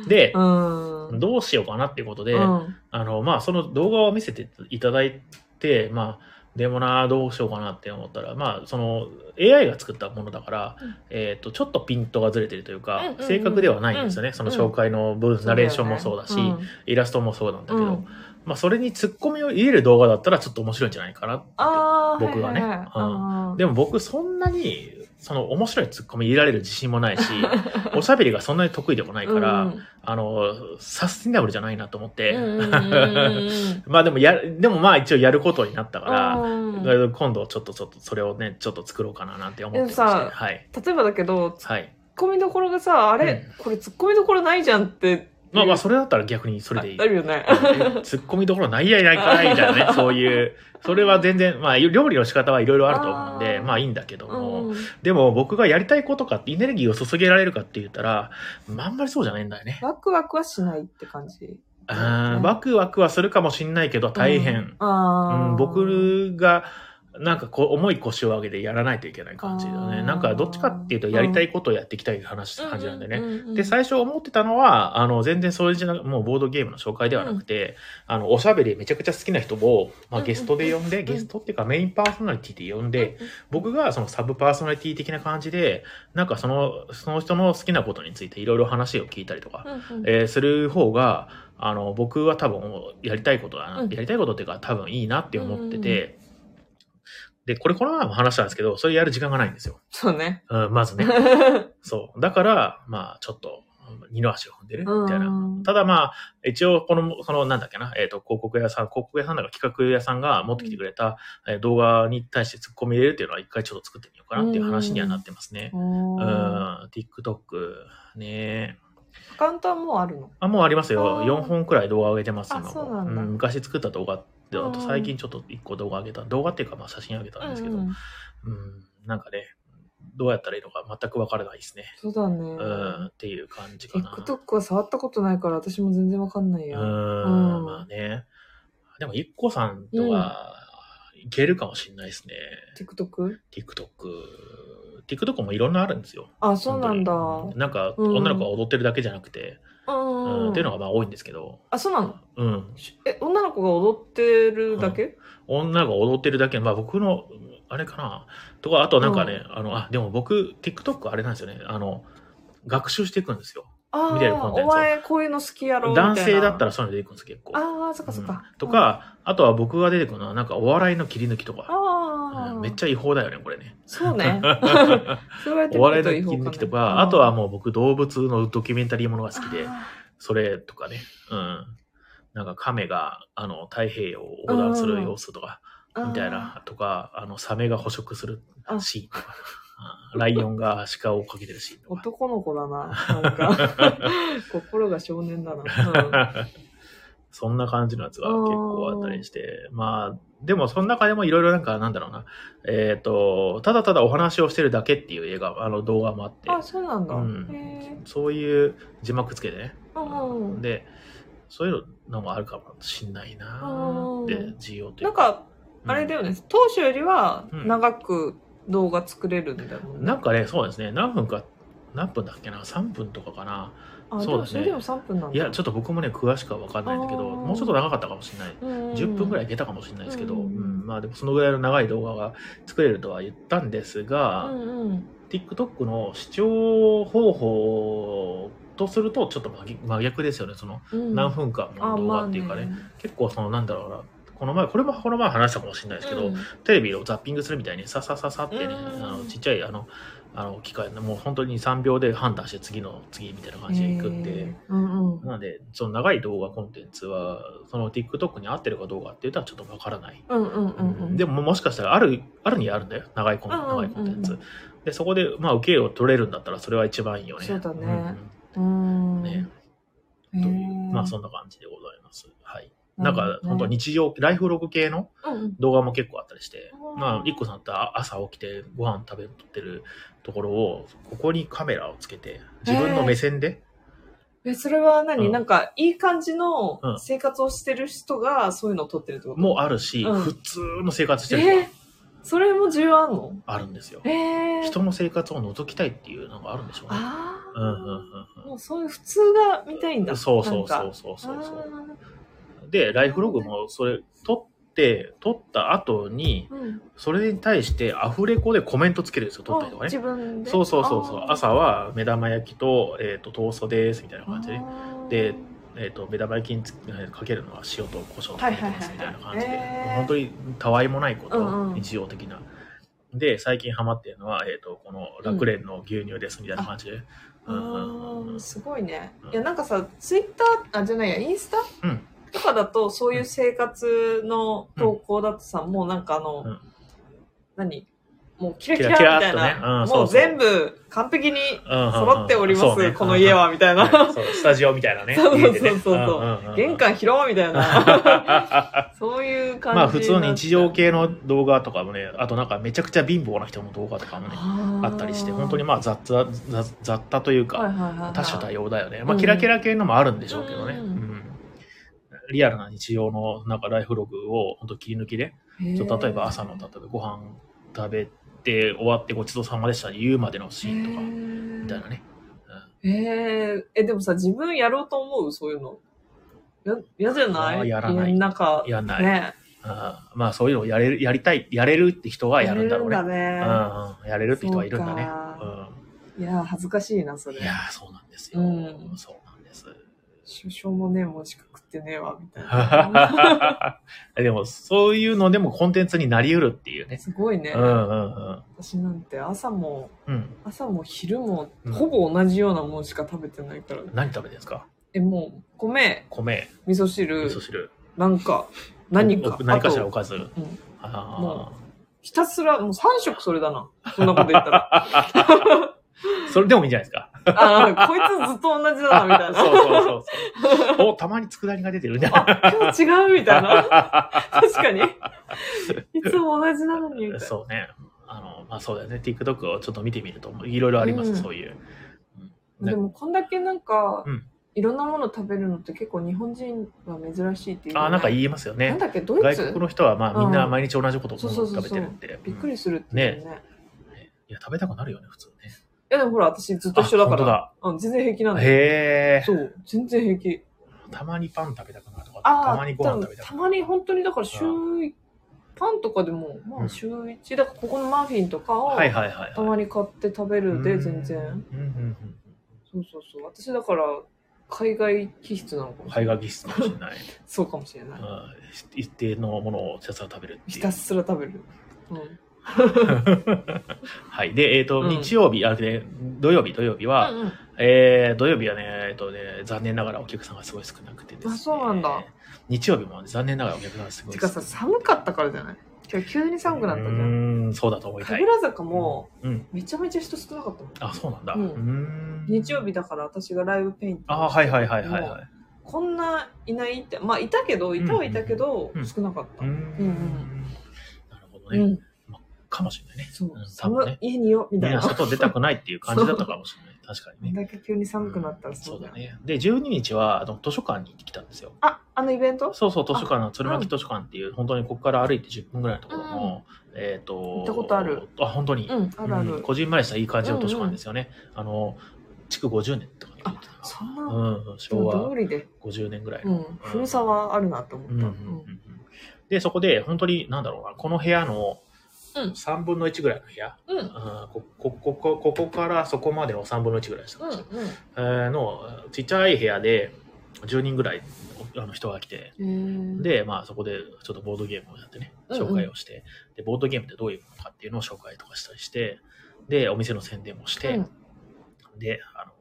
Speaker 1: で、
Speaker 2: うんうん
Speaker 1: どうしようかなっていうことで、
Speaker 2: うん
Speaker 1: あの、まあ、その動画を見せていただいて、まあ、でもな、どうしようかなって思ったら、まあ、その AI が作ったものだから、
Speaker 2: うん
Speaker 1: えっ、と、ちょっとピントがずれてるというか、
Speaker 2: うんうんうん
Speaker 1: 正確ではないんですよね。
Speaker 2: うん
Speaker 1: その紹介の部分、ナレーションもそうだし、
Speaker 2: ん
Speaker 1: イラストもそうなんだけど、
Speaker 2: うん
Speaker 1: まあ、それに突っ込みを入れる動画だったらちょっと面白いんじゃないかな。
Speaker 2: あー
Speaker 1: 僕がね
Speaker 2: いいい
Speaker 1: でも僕、そんなに、その面白い突っ込み入れられる自信もない し、おしゃべりがそんなに得意でもないから、
Speaker 2: うん
Speaker 1: あの、サスティナブルじゃないなと思って、
Speaker 2: うんうん うんうん
Speaker 1: まあでもや、でもまあ一応やることになったから、
Speaker 2: うん
Speaker 1: 今度ちょっとちょっとそれをね、ちょっと作ろうかななんて思って
Speaker 2: で
Speaker 1: ま
Speaker 2: も
Speaker 1: し
Speaker 2: さ
Speaker 1: た、はい。
Speaker 2: 例えばだけどツッ
Speaker 1: はい。
Speaker 2: コミどころがさあれ、これツッコミどころないじゃんって
Speaker 1: まあまあそれだったら逆にそれでいい
Speaker 2: あ。るよね
Speaker 1: ツッコミどころないやいないかいみたいな ね、そういう。それは全然、まあ料理の仕方はいろいろあると思うんで、
Speaker 2: あー
Speaker 1: まあいいんだけども、
Speaker 2: うん
Speaker 1: でも僕がやりたいことかってエネルギーを注げられるかって言ったら、まああんまりそうじゃないんだよね。
Speaker 2: ワクワクはしないって感じ
Speaker 1: あーワクワクはするかもしんないけど大変。
Speaker 2: うんあー
Speaker 1: うん、僕がなんかこう重い腰を上げてやらないといけない感じだ
Speaker 2: あ
Speaker 1: ね
Speaker 2: ー
Speaker 1: なんかどっちかっていうとやりたいことをやっていきたい話、感じなんでね、
Speaker 2: うううんうん
Speaker 1: で最初思ってたのはあの全然そういうじゃなもうボードゲームの紹介ではなくて、あのおしゃべりめちゃくちゃ好きな人を、まあ、
Speaker 2: うんうん
Speaker 1: ゲストで呼んで、
Speaker 2: ん
Speaker 1: ゲストっていうかメインパーソナリティで呼んで、僕がそのサブパーソナリティ的な感じでなんかそのその人の好きなことについていろいろ話を聞いたりとか、
Speaker 2: うんうん
Speaker 1: えーする方があの僕は多分やりたいことだな、
Speaker 2: うん
Speaker 1: やりたいことっていうか多分いいなって思ってて、でこれこの前も話したんですけどそれやる時間がないんですよ、
Speaker 2: そうね
Speaker 1: うん、まずねそうだからまあちょっと二の足を踏んでるみたいな、
Speaker 2: うん
Speaker 1: ただまあ一応このそのなんだっけな、えー、と広告屋さん広告屋さんだから企画屋さんが持ってきてくれた、えー動画に対して突っ込み入れるっていうのは一回ちょっと作ってみようかなっていう話にはなってますね、
Speaker 2: うん
Speaker 1: うん、
Speaker 2: ア
Speaker 1: TikTok ね
Speaker 2: カウントはもうあるの
Speaker 1: あ、もうありますよ。
Speaker 2: あー
Speaker 1: 4本くらい動画上げてます、
Speaker 2: あ
Speaker 1: 今も。
Speaker 2: そうなんだ
Speaker 1: 昔作った動画で、あと
Speaker 2: うん
Speaker 1: 最近ちょっと1個動画上げた。動画っていうか、まあ写真上げたんですけど、
Speaker 2: う
Speaker 1: うん
Speaker 2: うん
Speaker 1: なんかね、どうやったらいいのか全くわからないですね。
Speaker 2: そうだね
Speaker 1: うん、っていう感じかな。
Speaker 2: TikTok は触ったことないから私も全然わかんないうや、
Speaker 1: ん、
Speaker 2: うん
Speaker 1: まあね。でも、一個さんとは、いけるかもしれないですね。
Speaker 2: TikTok?
Speaker 1: TikTok。TikTok もいろんなあるんですよ。
Speaker 2: あそうなんだ
Speaker 1: 本当になんか、
Speaker 2: うん
Speaker 1: 女の子が踊ってるだけじゃなくて、
Speaker 2: うん
Speaker 1: うんっていうのがまあ多いんですけど、
Speaker 2: あそうなの
Speaker 1: うん。
Speaker 2: しえ女の子が踊ってるだけ、
Speaker 1: 女が踊ってるだけ、まあ僕の、あれかな、とか、あとなんかね、あの、あ、でも僕、TikTok あれなんですよね、あの、学習していくんですよ。
Speaker 2: あ
Speaker 1: 見てるコンテ
Speaker 2: あ
Speaker 1: ン
Speaker 2: お
Speaker 1: ツを
Speaker 2: 前こういうの好きやろみたいな
Speaker 1: 男性だったらそういうの出てくるんです、結構。
Speaker 2: ああそっかそっか、
Speaker 1: うんとか、あとは僕が出てくるのは、なんかお笑いの切り抜きとか。
Speaker 2: あ
Speaker 1: う
Speaker 2: あ、
Speaker 1: んめっちゃ違法だよね、これね。
Speaker 2: そう ねそうやっ
Speaker 1: お
Speaker 2: て見
Speaker 1: 笑いの
Speaker 2: ると
Speaker 1: 切
Speaker 2: 違法
Speaker 1: り
Speaker 2: かね
Speaker 1: 抜きとか、あとは
Speaker 2: う
Speaker 1: もう僕動物のドキュメンタリーものが好きで、
Speaker 2: あ
Speaker 1: それとかね、うん。なんか亀が、あの、太平洋を横断する様子とか、
Speaker 2: ー
Speaker 1: みたいなとか、あの、サメが捕食する
Speaker 2: あ
Speaker 1: シーンとか、うんライオンが鹿を追っかけてるシーンとか。
Speaker 2: 男の子だな なんか心が少年だな、
Speaker 1: そんな感じのやつが結構あったりして、まあ、でもその中でもいろいろなんか、なんだろうな、えっ、と、ただただお話をしてるだけっていう映画、あの動画もあって
Speaker 2: うん、あそうなんだ、
Speaker 1: うん
Speaker 2: へえ
Speaker 1: そういう字幕つけてね。
Speaker 2: うんうん
Speaker 1: で、そういうのもあるかもしんないなって、
Speaker 2: うん
Speaker 1: 需要とい
Speaker 2: な、
Speaker 1: うん
Speaker 2: かあれだよね、当初よりは
Speaker 1: うん
Speaker 2: 長く動画作れるんだもんね。
Speaker 1: なんかね、そうですね、何分か何分だっけな3分とかかな
Speaker 2: あ、
Speaker 1: そうだ
Speaker 2: で
Speaker 1: ね
Speaker 2: もそれでも3分なんだ。
Speaker 1: いやちょっと僕もね詳しくは分かんないんだけど
Speaker 2: あー
Speaker 1: もうちょっと長かったかもしれない
Speaker 2: うん、
Speaker 1: 10分ぐらいい
Speaker 2: で。
Speaker 1: けたかもしれないですけど、う
Speaker 2: うんん
Speaker 1: まあでもそのぐらいの長い動画が作れるとは言ったんです
Speaker 2: う
Speaker 1: が、
Speaker 2: んうん。
Speaker 1: TikTok の視聴方法とするとちょっと真逆真逆ですよねその
Speaker 2: うん、
Speaker 1: 何分間
Speaker 2: あ
Speaker 1: の動画っていうかね,、
Speaker 2: ま
Speaker 1: 結構そのなんだろうなこの前これもこの前話したかもしれない
Speaker 2: あ
Speaker 1: ですけど、
Speaker 2: うん
Speaker 1: テレビをザッピングするみたいにささささってね、
Speaker 2: うん
Speaker 1: あのちっちゃいあのあの機械もう本当に3秒で判断して次の次みたいな感じでいくんで。
Speaker 2: えーうんうん。
Speaker 1: なので、その長い動画コンテンツは、その TikTok に合ってるかどうかっていうとはちょっとわからない。
Speaker 2: うんうんうんうん。
Speaker 1: でももしかしたらある、あるにはあるんだよ。長いコン
Speaker 2: うんうんうん
Speaker 1: 長いコンテンツ。で、そこで、まあ、受けを取れるんだったら、それは一番いいよね。
Speaker 2: そうだね
Speaker 1: ん
Speaker 2: う
Speaker 1: うん
Speaker 2: ん。
Speaker 1: ね、
Speaker 2: へー、
Speaker 1: という、まあ、そ
Speaker 2: うん
Speaker 1: な感じでございます。はい。な
Speaker 2: る
Speaker 1: ん
Speaker 2: ほどね
Speaker 1: か、本当日常、ライフログ系の
Speaker 2: うんうん。
Speaker 1: 動画も結構あったりして
Speaker 2: う、ん
Speaker 1: まあ、リッコさんって朝起きてご飯食べてるところを、ここにカメラをつけて、自分の目線で、
Speaker 2: え、それは何、
Speaker 1: うん
Speaker 2: なんか、いい感じの
Speaker 1: うん
Speaker 2: 生活をしてる人が、そういうのを撮ってるってこと
Speaker 1: もうあるし、
Speaker 2: うん
Speaker 1: 普通の生活して
Speaker 2: え
Speaker 1: る人は
Speaker 2: ー、それも需要あんの
Speaker 1: あるんですよ。
Speaker 2: えー、
Speaker 1: 人の生活を覗きたいっていうのがあるんでしょうね。
Speaker 2: ああ、
Speaker 1: うんうんうん
Speaker 2: もうそういう普通が見たいん
Speaker 1: う
Speaker 2: だ。
Speaker 1: ん。そうそう
Speaker 2: な
Speaker 1: そ
Speaker 2: ん
Speaker 1: う
Speaker 2: か
Speaker 1: そうそうそ
Speaker 2: あ
Speaker 1: う。で、ライフログもそれ撮って、撮った後に、
Speaker 2: ーうん
Speaker 1: それに対してアフレコでコメントつけるんですよ、撮ったりとか
Speaker 2: あ自
Speaker 1: ね。
Speaker 2: 分で。
Speaker 1: そうそうそうそう。
Speaker 2: あー
Speaker 1: 朝は目玉焼きと、えっ、と、トーストですみたいな感じで、
Speaker 2: あー
Speaker 1: でえっ、と、目玉焼きにつえーかけるのは塩と胡椒をかけてますみたいな感じで、
Speaker 2: はいはいはいはいへー
Speaker 1: 本当にたわいもないこと、
Speaker 2: うんうん
Speaker 1: 日常的な。で、最近ハマってるのは、えっ、と、この楽蓮の牛乳ですみたいな感じで。う
Speaker 2: あ
Speaker 1: んうんうんうん
Speaker 2: ーすごいね
Speaker 1: うん。
Speaker 2: いや、なんかさ、ツイッター、あ、じゃないや、インスタ、
Speaker 1: うん
Speaker 2: とかだと、そういう生活の投稿だとさ、もうなんかあの、
Speaker 1: うん
Speaker 2: 何もうキラキラ
Speaker 1: キ
Speaker 2: み
Speaker 1: ラキラっと
Speaker 2: たいな。
Speaker 1: ねうんそ
Speaker 2: も
Speaker 1: う
Speaker 2: う
Speaker 1: そう
Speaker 2: 全部完璧に揃っております、
Speaker 1: うんうんうん
Speaker 2: この家は、みたいな。
Speaker 1: はいそうスタジオみたいなね。
Speaker 2: そうそうそうそう
Speaker 1: 家でねんんんん
Speaker 2: 玄関広間みたいな。
Speaker 1: ま
Speaker 2: そういう感じ。
Speaker 1: あ普通の日常。系の動画とかもね、あとなんかめちゃくちゃ貧乏な人の動画とかもね、
Speaker 2: あ
Speaker 1: あったりして、本当にまあ雑多、雑雑多という
Speaker 2: あはい
Speaker 1: か、
Speaker 2: はいはいはい
Speaker 1: 多種多様だよね。まあ
Speaker 2: うん
Speaker 1: キラキラ系のもあるんでしょうけどね。
Speaker 2: うん
Speaker 1: うんリアルな日常のなんかライフログを本当切り抜きで、
Speaker 2: へ
Speaker 1: ち
Speaker 2: ー
Speaker 1: ょ例えば朝の例えばご飯食べて終わってごちそうさまでした言うまでのシーンとか、みたいなね。うん
Speaker 2: へーえ、でもさ、自分やろうと思うそういうの。や、嫌じゃな
Speaker 1: あ
Speaker 2: い
Speaker 1: やらない
Speaker 2: なんか、
Speaker 1: やんない
Speaker 2: ね。
Speaker 1: あーまあそういうのをやれるやりたいやれるって人はやるんだろうね
Speaker 2: やれ
Speaker 1: うん
Speaker 2: る
Speaker 1: ん
Speaker 2: だね。
Speaker 1: うん、やれるって人はいるんだね
Speaker 2: そうかいやー、恥ずかしいな、そ
Speaker 1: うん、
Speaker 2: れ
Speaker 1: い。やーそうなんですよ、
Speaker 2: うん
Speaker 1: そうなんです
Speaker 2: 首相もね、もう資格ってねえわ、みたい な。
Speaker 1: でもそういうのでもコンテンツになりうるっていうね
Speaker 2: すごいね
Speaker 1: う。んうんうん
Speaker 2: 私なんて朝も、
Speaker 1: うん
Speaker 2: 朝も昼も
Speaker 1: うん、
Speaker 2: ほぼ同じようなものしか食べてないからね。
Speaker 1: 何食べてるんですか
Speaker 2: え、もう、米、
Speaker 1: 米
Speaker 2: 味噌
Speaker 1: 味
Speaker 2: 汁
Speaker 1: 噌、汁
Speaker 2: なんか、何
Speaker 1: お
Speaker 2: か。
Speaker 1: 何かしら
Speaker 2: あ
Speaker 1: お
Speaker 2: と
Speaker 1: かず
Speaker 2: うん
Speaker 1: あ
Speaker 2: もひたすら、もう3食それだな。そんなこと言ったら。
Speaker 1: ーそれでもいいんじゃないですか
Speaker 2: あ、こいつずっと同じだな、みたい な。
Speaker 1: そうそうそうそうおたまに佃煮が出てるね
Speaker 2: あ、今日違う、みた いな。確かに。いつも同じなのに、みたいな。
Speaker 1: そうね。あの、まあそうだよね。TikTok をちょっと見てみると、いろいろあります、
Speaker 2: うん
Speaker 1: そういう。う
Speaker 2: で
Speaker 1: ん
Speaker 2: も、こんだけなんか、
Speaker 1: うん
Speaker 2: いろんなもの食べるのって結構日本人は珍しいっていう、
Speaker 1: ああ、なんか
Speaker 2: い。
Speaker 1: 言いますよ
Speaker 2: なん
Speaker 1: ね。
Speaker 2: だっけ、ドイ
Speaker 1: 外
Speaker 2: ツ
Speaker 1: 国の人は、まあみんな
Speaker 2: うん
Speaker 1: 毎日同じことを
Speaker 2: そうそうそうそ
Speaker 1: 食
Speaker 2: う
Speaker 1: べてるって。
Speaker 2: びっくりするっていうね。
Speaker 1: うんねいや、食べたくなるよね、普通ね。
Speaker 2: いや、でもほら、私ずっと一緒だか
Speaker 1: あ
Speaker 2: ら。うん、全然平気な
Speaker 1: 本当
Speaker 2: ん
Speaker 1: だ。
Speaker 2: だよ。
Speaker 1: へえ。
Speaker 2: そう、全然平気。
Speaker 1: たまにパン食べたくなるとか、
Speaker 2: ああ、
Speaker 1: たまにご飯食べたく
Speaker 2: た
Speaker 1: なる。
Speaker 2: まに本当にだから週一、パンとかでも、
Speaker 1: うん
Speaker 2: まあ週一、だからここのマフィンとかを、
Speaker 1: はいはいはいはい。
Speaker 2: たまに買って食べるで、全然。
Speaker 1: うん。うんうん
Speaker 2: そうそうそう。私だから、海外気質なのか
Speaker 1: うん。
Speaker 2: もし
Speaker 1: 海
Speaker 2: れない。
Speaker 1: 外技術かもしれない。
Speaker 2: そうかもしれない。
Speaker 1: うん一定のものをひたすら食べるって
Speaker 2: ひ
Speaker 1: い
Speaker 2: た
Speaker 1: う。
Speaker 2: すら食べる。うん。
Speaker 1: はい。で、えっと、
Speaker 2: うん
Speaker 1: 日曜日、あ、で、土曜日、土曜日は、
Speaker 2: うんうん
Speaker 1: えー、土曜日はね、えっとね、残念ながらお客さんがすごい少なくてです、ね。
Speaker 2: あそうなんだ。
Speaker 1: 日曜日も、ね、残念ながらお客さんがすごい
Speaker 2: て
Speaker 1: 少
Speaker 2: か
Speaker 1: なく
Speaker 2: さ、寒かったからじゃない今日急に寒くなったじゃ。
Speaker 1: うんーん、そうだと思いたい
Speaker 2: 神。楽坂も、
Speaker 1: うん。
Speaker 2: めちゃめちゃ人少なかったもん。
Speaker 1: あ、そうなんだ。う
Speaker 2: うん
Speaker 1: ーん。
Speaker 2: 日曜日だから私がライブペイント。
Speaker 1: あーはいはいはいはいはい。
Speaker 2: こんないないって、まあいたけど、いたはいたけど
Speaker 1: うん、
Speaker 2: 少なかった。
Speaker 1: うーん。
Speaker 2: うん
Speaker 1: なるほど
Speaker 2: う
Speaker 1: ね。
Speaker 2: ん。
Speaker 1: かもしれないね。
Speaker 2: そう
Speaker 1: うん。多
Speaker 2: 寒い、
Speaker 1: 分ね
Speaker 2: 家にいようみ
Speaker 1: み
Speaker 2: た
Speaker 1: ん
Speaker 2: い
Speaker 1: な
Speaker 2: な。こ
Speaker 1: 外出たくないっていう感じだったかもしれない。確かに
Speaker 2: ん
Speaker 1: ね。
Speaker 2: だけ急に寒くなったら
Speaker 1: そうだ
Speaker 2: ね。
Speaker 1: ね。で、12日はあの図書館に行ってきたんですよ。
Speaker 2: あ、あのイベント
Speaker 1: そうそう、図書館の鶴巻図書館っていう、本当にここから歩いて10分ぐらいのところの、えっ、と、
Speaker 2: 行ったことある。
Speaker 1: あ、本当に。
Speaker 2: うん、あるあ
Speaker 1: うん
Speaker 2: る。
Speaker 1: こじんまりしたいい感じの図書館ですよね。あの、築50年とかになってたか
Speaker 2: そん
Speaker 1: な
Speaker 2: な、
Speaker 1: うん、昭
Speaker 2: 通
Speaker 1: 和
Speaker 2: りで、
Speaker 1: 50年ぐらいの
Speaker 2: うん、古さはあるなと思った。
Speaker 1: うんうんうんうんで、そこで、本当に、なんだろうな、この部屋の
Speaker 2: うん
Speaker 1: 3分の1ぐらいの部屋、
Speaker 2: うん、うん、
Speaker 1: あーここここここからそこまでの3分の1ぐらいでした、
Speaker 2: うん、
Speaker 1: えーのちっちゃい部屋で10人ぐらいあの人が来て、
Speaker 2: うん。
Speaker 1: で、まあ、そこでちょっとボードゲームをやってね、紹介をして、で、ボードゲームってどういうものかっていうのを紹介とかしたりして、で、お店の宣伝もして、
Speaker 2: うん
Speaker 1: で、あの、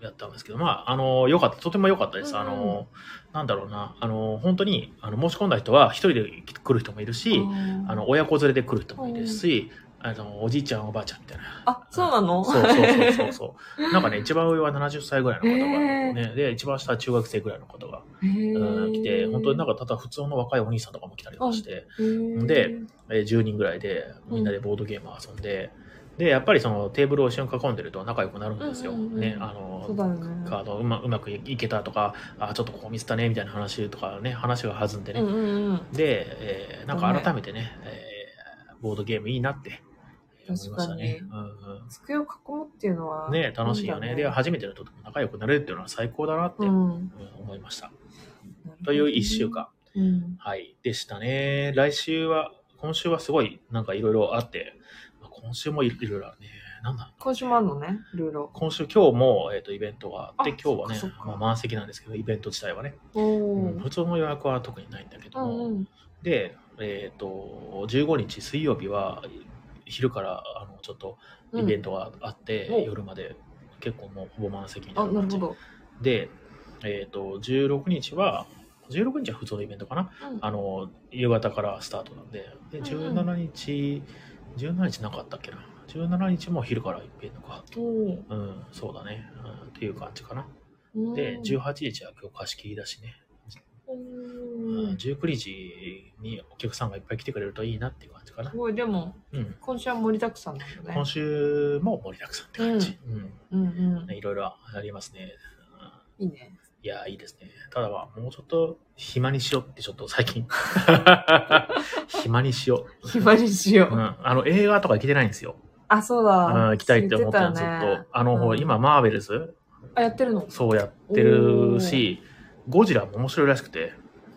Speaker 1: やったんですけど、まあ、あの、良かった、とても良かったです。
Speaker 2: うんうん
Speaker 1: あの、なんだろうな、あの、本当に、あの、申し込んだ人は一人で来る人もいるし、あの、親子連れで来る人もいるし、あの、おじいちゃん、おばあちゃんみたいな。
Speaker 2: あ、そうなの
Speaker 1: そうそうそうそうそう。なんかね、一番上は70歳ぐらいの方が、
Speaker 2: へー
Speaker 1: ね、で、一番下は中学生ぐらいの方が、
Speaker 2: へ
Speaker 1: うん、
Speaker 2: ー
Speaker 1: 来て、本当になんかただ普通の若いお兄さんとかも来たりとかして、
Speaker 2: へー
Speaker 1: でえー10人ぐらいでみんなでボードゲームを遊んで、で、やっぱりそのテーブルを一緒に囲んでると仲良くなるんですよ。
Speaker 2: うんうんうん
Speaker 1: ね、あの、
Speaker 2: そうだよね。
Speaker 1: カードうまうまくいけたとか、あちょっとここミスったねみたいな話とかね、話が弾んでね。
Speaker 2: うんうんうん。
Speaker 1: で、えーなんか改めてね、えーボードゲームいいなって思いましたね。
Speaker 2: 確
Speaker 1: うんうん
Speaker 2: 机を囲むっていうのは。
Speaker 1: ね楽しいよね。
Speaker 2: んだ
Speaker 1: で、初めての人と仲良くなれるっていうのは最高だなって、う
Speaker 2: う
Speaker 1: ん
Speaker 2: ん。
Speaker 1: 思いました。という1週。間、
Speaker 2: うん。
Speaker 1: はい、でしたね。来週は、今週はすごいなんかいろいろあって、まあ今週もいろいろあるね。なんだ
Speaker 2: 今週もあるのね、ルーロ。
Speaker 1: 今週、今日も、えっとイベントがあって、
Speaker 2: あ
Speaker 1: 今日はね
Speaker 2: そっかそっ、か
Speaker 1: まあ、満席なんですけど、イベント自体はね、
Speaker 2: お
Speaker 1: うん
Speaker 2: お。
Speaker 1: 普通の予約は特にないんだけど
Speaker 2: う
Speaker 1: も、
Speaker 2: んうん。
Speaker 1: で、えっ、と、15日水曜日は、昼から、あの、ちょっとイベントがあって、
Speaker 2: うんお
Speaker 1: 夜まで、結構もうほぼ満席みたい
Speaker 2: あ、
Speaker 1: な
Speaker 2: な
Speaker 1: 感
Speaker 2: る
Speaker 1: じ
Speaker 2: ほど。
Speaker 1: で、えっ、と、16日は、16日は普通のイベントかな。
Speaker 2: うん
Speaker 1: あの、夕方からスタートなんで、で、
Speaker 2: うんうん
Speaker 1: 17日、17日なかったっけな。17日も昼からイベントか。
Speaker 2: お
Speaker 1: うん、そうだね。うん、っていう感じかな。
Speaker 2: ー
Speaker 1: で、
Speaker 2: う
Speaker 1: 18
Speaker 2: ん
Speaker 1: 日は今日貸し切りだしね。
Speaker 2: う
Speaker 1: うんん、19時にお客さんがいっぱい来てくれるといいなっていう感じかな
Speaker 2: す。ごい、でも、
Speaker 1: うん。
Speaker 2: 今週は盛りだくさんなんだね
Speaker 1: 今。週も盛りだくさんって感じ。うん。
Speaker 2: うんうん
Speaker 1: ね。いろいろありますね。うん
Speaker 2: いいね。
Speaker 1: いや、いいですね。ただまあ、もうちょっと暇にしようってちょっと最 近。暇にしよ
Speaker 2: 暇にしよ
Speaker 1: う。う
Speaker 2: う。
Speaker 1: ん。あの、映画とか行けてないんですよ。
Speaker 2: あ、そう
Speaker 1: うん、
Speaker 2: だ。
Speaker 1: 行きたいって思ってたのずっ
Speaker 2: 言て
Speaker 1: と
Speaker 2: ね。
Speaker 1: あの、
Speaker 2: うん
Speaker 1: 今、マーベルズ、
Speaker 2: あ、やってるの
Speaker 1: そうやってるし、ゴジラも面白いらしくて、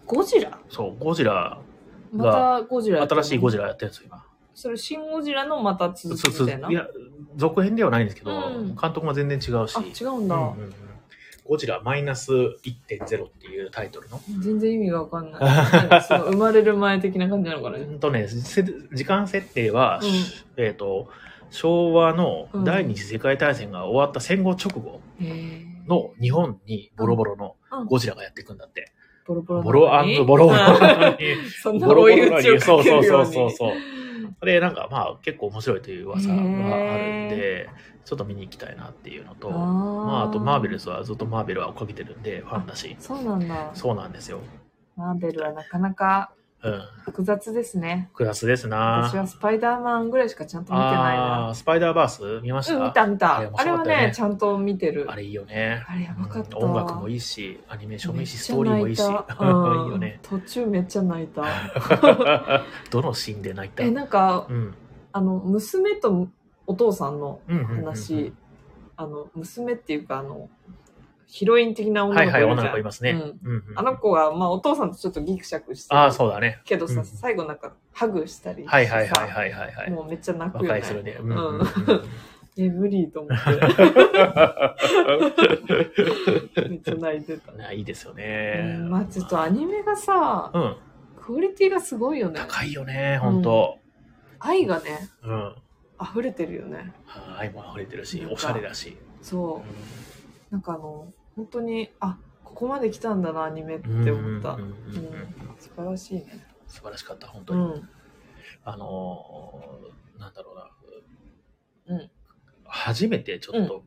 Speaker 2: ゴジラ
Speaker 1: そう、ゴジラ、
Speaker 2: またゴジラやってるの
Speaker 1: 新しいゴジラやってるんですよ、今。
Speaker 2: それ、新ゴジラのまた続
Speaker 1: そう
Speaker 2: き
Speaker 1: そう。
Speaker 2: みたいない
Speaker 1: や、続編ではないんですけど、
Speaker 2: うん
Speaker 1: 監督も全然違うし。
Speaker 2: あ、違うん
Speaker 1: う
Speaker 2: だ。
Speaker 1: んうんうんゴジラマイナス1.0っていうタイトルの
Speaker 2: 全然意味がわかん ない。なんかその生まれる前的な感じなのかな。
Speaker 1: うんとね、せ時間設定は、
Speaker 2: うん
Speaker 1: えっ、と、昭和の第二次世界大戦が終わった戦後直後
Speaker 2: へー
Speaker 1: の日本にボロボロの
Speaker 2: うん
Speaker 1: ゴジラがやっていくんだって。
Speaker 2: ボロボロ
Speaker 1: ボロ
Speaker 2: なのに
Speaker 1: ボ ロボロ
Speaker 2: そんな追い打ちを
Speaker 1: そう
Speaker 2: かけ
Speaker 1: そう
Speaker 2: る
Speaker 1: そうう
Speaker 2: よに。
Speaker 1: そうそう。で、なんかまあ結構面白いという噂があるんで、ちょっと見に行きたいなっていうのと、まああとマーベル
Speaker 2: す。
Speaker 1: ズはずっとマーベルは追っかけてるんで、ファンだし。
Speaker 2: そうなんだ。
Speaker 1: そうなんですよ。
Speaker 2: マーベルはなかなか
Speaker 1: うん。
Speaker 2: 複雑ですね。
Speaker 1: クラスですな
Speaker 2: 私はスパイダーマンぐらいしかちゃんと見てな
Speaker 1: あ
Speaker 2: い
Speaker 1: ー
Speaker 2: な。
Speaker 1: スパイダーバース見ました、
Speaker 2: うん、見た見た。
Speaker 1: あれ面
Speaker 2: あれ
Speaker 1: 白か
Speaker 2: は
Speaker 1: ったよね
Speaker 2: ね、ちゃんと見てる。
Speaker 1: あれいいよね。
Speaker 2: あれやばかった
Speaker 1: うん音楽もいいし、アニメーションもいいし、ストーリー もいいし。
Speaker 2: めっちゃ泣たうん
Speaker 1: いいよね。
Speaker 2: 途中めっちゃ泣い た。
Speaker 1: どのシーンで泣いた
Speaker 2: え、なんか
Speaker 1: う、ん。
Speaker 2: あの、娘とお父さんの
Speaker 1: うんうんうんうん
Speaker 2: 話、あの娘っていうかあのヒロイン的な女
Speaker 1: は
Speaker 2: の
Speaker 1: い
Speaker 2: 子
Speaker 1: はいい、
Speaker 2: るじゃん
Speaker 1: 女の子いますね。
Speaker 2: う
Speaker 1: うんんうん
Speaker 2: あの子が、まあ、お父さんとちょっとギクシャクして
Speaker 1: ああ、そうだね。
Speaker 2: けどさ、
Speaker 1: うん
Speaker 2: 最後なんかハグしたりしてさ
Speaker 1: はいはいはいはいはいはい。
Speaker 2: もうめっちゃ泣く
Speaker 1: 和
Speaker 2: よね
Speaker 1: 解するね。
Speaker 2: う
Speaker 1: うん
Speaker 2: ん
Speaker 1: うんうん
Speaker 2: え無理と思ってめっちゃ泣いて た、
Speaker 1: いいですよ
Speaker 2: う
Speaker 1: ね。
Speaker 2: んまあちょっとアニメがさ
Speaker 1: うん。
Speaker 2: クオリティがすごいよね
Speaker 1: 高いよね、本当
Speaker 2: 愛がね
Speaker 1: うん。
Speaker 2: 溢れてるよね
Speaker 1: 愛も溢れてるし
Speaker 2: な、んか
Speaker 1: おしゃれだし。う
Speaker 2: そ
Speaker 1: ん
Speaker 2: うなんかあの本当にあここまで来たんだなアニメって思った、
Speaker 1: うんうんうんうんうん
Speaker 2: 素晴らしいね
Speaker 1: 素晴らしかった、本当
Speaker 2: う
Speaker 1: に。
Speaker 2: ん
Speaker 1: あのーなんだろうな、
Speaker 2: うん
Speaker 1: 初めてちょっと、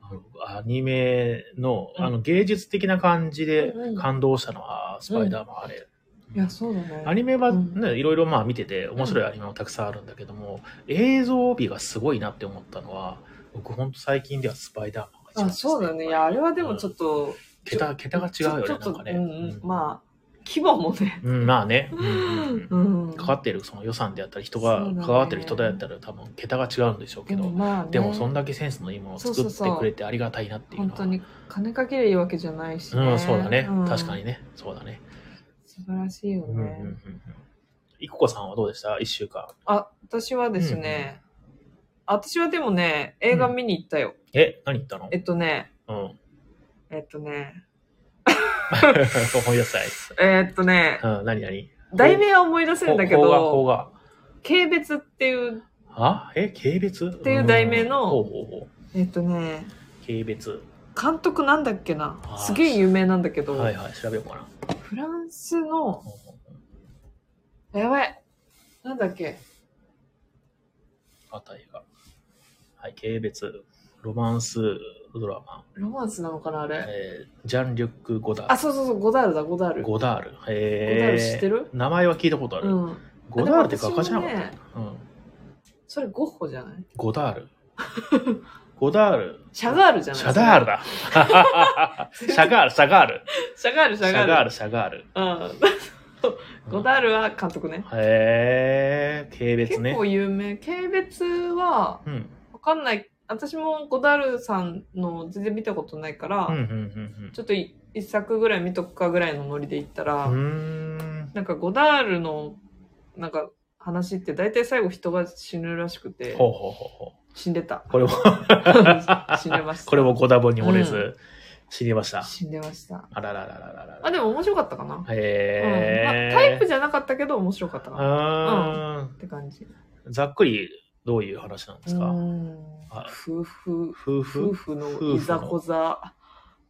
Speaker 1: あのアニメの
Speaker 2: うん
Speaker 1: あの芸術的な感じで
Speaker 2: うんうん
Speaker 1: 感動したのは、スパイダーマンあれ、
Speaker 2: いや、そうだね。
Speaker 1: アニメはね、
Speaker 2: う
Speaker 1: いろいろまあ見てて、面白いアニメもたくさんあるんだけども、映像美がすごいなって思ったのは、僕ほんと最近ではスパイダーマンが一番
Speaker 2: あ、
Speaker 1: です
Speaker 2: そうだね。いや、あれはでもちょっと、
Speaker 1: 桁、桁が違うよね、
Speaker 2: ち
Speaker 1: な
Speaker 2: ょっ
Speaker 1: ん
Speaker 2: と、
Speaker 1: かね。
Speaker 2: うんうん、
Speaker 1: ま
Speaker 2: まあ、規模も
Speaker 1: あ
Speaker 2: ね。。
Speaker 1: うん、まあね。うんうん
Speaker 2: う
Speaker 1: うん
Speaker 2: ん。
Speaker 1: かかってるその予算であったり、人が
Speaker 2: そうだね
Speaker 1: 関わってる人だったら多分桁が違うんでしょうけ
Speaker 2: でも
Speaker 1: ど、
Speaker 2: まあね。
Speaker 1: でもそんだけセンスのいいものを作
Speaker 2: そうそう
Speaker 1: っ
Speaker 2: そ
Speaker 1: て
Speaker 2: う
Speaker 1: くれてありがたいなっていう
Speaker 2: 本
Speaker 1: のは。
Speaker 2: 当に金かけりゃいいわけじゃないし、
Speaker 1: うん、そうだね
Speaker 2: うん。
Speaker 1: 確かにね。そうだね。
Speaker 2: 素晴らしいよ
Speaker 1: うんうんうんう
Speaker 2: ね。
Speaker 1: ん。いここさんはどうでした一週間。
Speaker 2: あ、私はですね、私はでもね、映画見に行ったよ。
Speaker 1: え、何言ったの
Speaker 2: えっとね、
Speaker 1: うん。
Speaker 2: えっとね、
Speaker 1: 思い出せないです。
Speaker 2: えっとね、
Speaker 1: うん、何何
Speaker 2: 題名は思い出せるんだけ
Speaker 1: ほうほう
Speaker 2: ど、
Speaker 1: が、ほ
Speaker 2: 軽蔑っていう、
Speaker 1: うが。あえ軽蔑って
Speaker 2: いう題名の
Speaker 1: ほうほうほう。
Speaker 2: えっとね、
Speaker 1: 軽蔑。
Speaker 2: 監督なんだっけな
Speaker 1: あー
Speaker 2: すげえ有名なんだけど、
Speaker 1: はいはい、調べようかな。
Speaker 2: フランス
Speaker 1: ほう
Speaker 2: の、
Speaker 1: ほうほう
Speaker 2: やばい、なんだっけ
Speaker 1: あった映画。はい、軽蔑。ロマンスドラマ。
Speaker 2: ロマンスなのかなあれ。
Speaker 1: えー、ジャンリュック・ゴダ
Speaker 2: あ、
Speaker 1: ー
Speaker 2: そうそうそう、ゴダールだ、ゴダール。
Speaker 1: ル。
Speaker 2: ゴ
Speaker 1: ゴダール。
Speaker 2: ダ
Speaker 1: えー、
Speaker 2: ール知ってる
Speaker 1: 名前は聞いたことある。
Speaker 2: うん。
Speaker 1: ゴダールって画家
Speaker 2: あ
Speaker 1: じ
Speaker 2: で
Speaker 1: ゃ
Speaker 2: も
Speaker 1: な
Speaker 2: 私
Speaker 1: か
Speaker 2: も
Speaker 1: った、
Speaker 2: ね
Speaker 1: うん。
Speaker 2: それゴッホじゃない
Speaker 1: ゴダ ール。ゴダール。
Speaker 2: シャガールじゃない
Speaker 1: シャガー ルだ。シャガール、シャガール。
Speaker 2: シャガール、
Speaker 1: シ
Speaker 2: シ
Speaker 1: ャ
Speaker 2: ャガール。
Speaker 1: ガール、シャガール。
Speaker 2: うん。ゴダールは監督ね。
Speaker 1: へえ、軽
Speaker 2: 結
Speaker 1: 蔑ね
Speaker 2: 構。有名。軽蔑は、
Speaker 1: うん。
Speaker 2: わかんない。私もゴダールさんの全然見たことないから、
Speaker 1: うんうんうん
Speaker 2: ちょっとい一作ぐらい見とくかぐらいのノリで行ったら、
Speaker 1: うん。うーん。
Speaker 2: なんかゴダールの、なんか話って大体最後人が死ぬらしくて、
Speaker 1: ほうほうほうほ
Speaker 2: 死んでた
Speaker 1: う。。これも
Speaker 2: 死んでました。
Speaker 1: これもご多分に漏れ
Speaker 2: う
Speaker 1: ず、死にました。
Speaker 2: 死んでました。
Speaker 1: あらららららら
Speaker 2: あ、でも面白かったかな。
Speaker 1: へ
Speaker 2: う
Speaker 1: え。
Speaker 2: んまあ、タイプじゃなかったけど面白かったかな
Speaker 1: あ
Speaker 2: って感じ。
Speaker 1: ーざっくりどういう話なんですか
Speaker 2: うーん
Speaker 1: あ
Speaker 2: 夫婦
Speaker 1: 夫婦
Speaker 2: 夫婦のいざこざ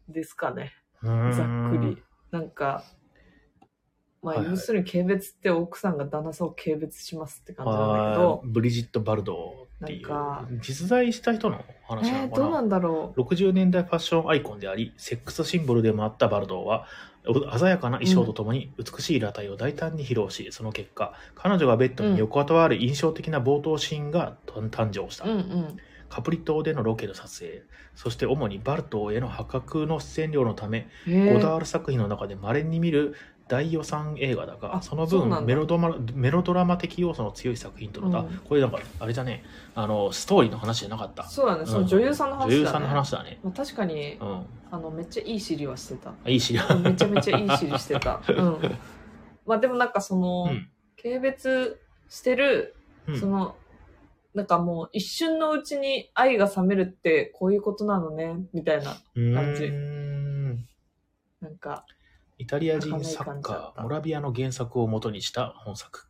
Speaker 2: ですかね
Speaker 1: ざ
Speaker 2: ざっくり。なんかまあ
Speaker 1: はいはい
Speaker 2: 要するに軽蔑って奥さんが旦那さんを軽蔑しますって感じなんだけ
Speaker 1: あ
Speaker 2: ど
Speaker 1: ーブリジット・バルドーってい
Speaker 2: なんか
Speaker 1: う実在した人の話な
Speaker 2: え
Speaker 1: の
Speaker 2: ー、ど
Speaker 1: かな
Speaker 2: うなんだろう
Speaker 1: 60年代ファッションアイコンでありセックスシンボルでもあったバルドーはお鮮やかな衣装とともに美しい裸体を大胆に披露し、その結果彼女がベッドに横たわる印象的な冒頭シーンが誕誕生した、
Speaker 2: うんうん
Speaker 1: カプリ島でのロケの撮影そして主にバルドーへの破格の出演料のため、
Speaker 2: え
Speaker 1: ゴダ
Speaker 2: ー、
Speaker 1: ール作品の中でまれに見る大予算映画だが
Speaker 2: あ
Speaker 1: その
Speaker 2: そうな
Speaker 1: 分
Speaker 2: んだ
Speaker 1: メロドマメロドラマ的要素の強い作品とのだ、
Speaker 2: うん
Speaker 1: これだからあれじゃねあのストーリーの話じゃなかった
Speaker 2: そうだねその女優さんの話だ、ね
Speaker 1: 女優さんの話だね
Speaker 2: まあ、確かに
Speaker 1: うん
Speaker 2: あのめっちゃいい尻はしてた
Speaker 1: いいし
Speaker 2: めちゃめちゃいい尻し てた、うん、まあでもなんかその、
Speaker 1: うん
Speaker 2: 軽蔑してる
Speaker 1: うん
Speaker 2: その、なんかもう一瞬のうちに愛が冷めるってこういうことなのね、みたいな。感じ
Speaker 1: うーん
Speaker 2: なんか、
Speaker 1: イタリア人
Speaker 2: 儚い
Speaker 1: 作
Speaker 2: 感じだっ
Speaker 1: 家
Speaker 2: た
Speaker 1: モラビアの原作を元にした本作、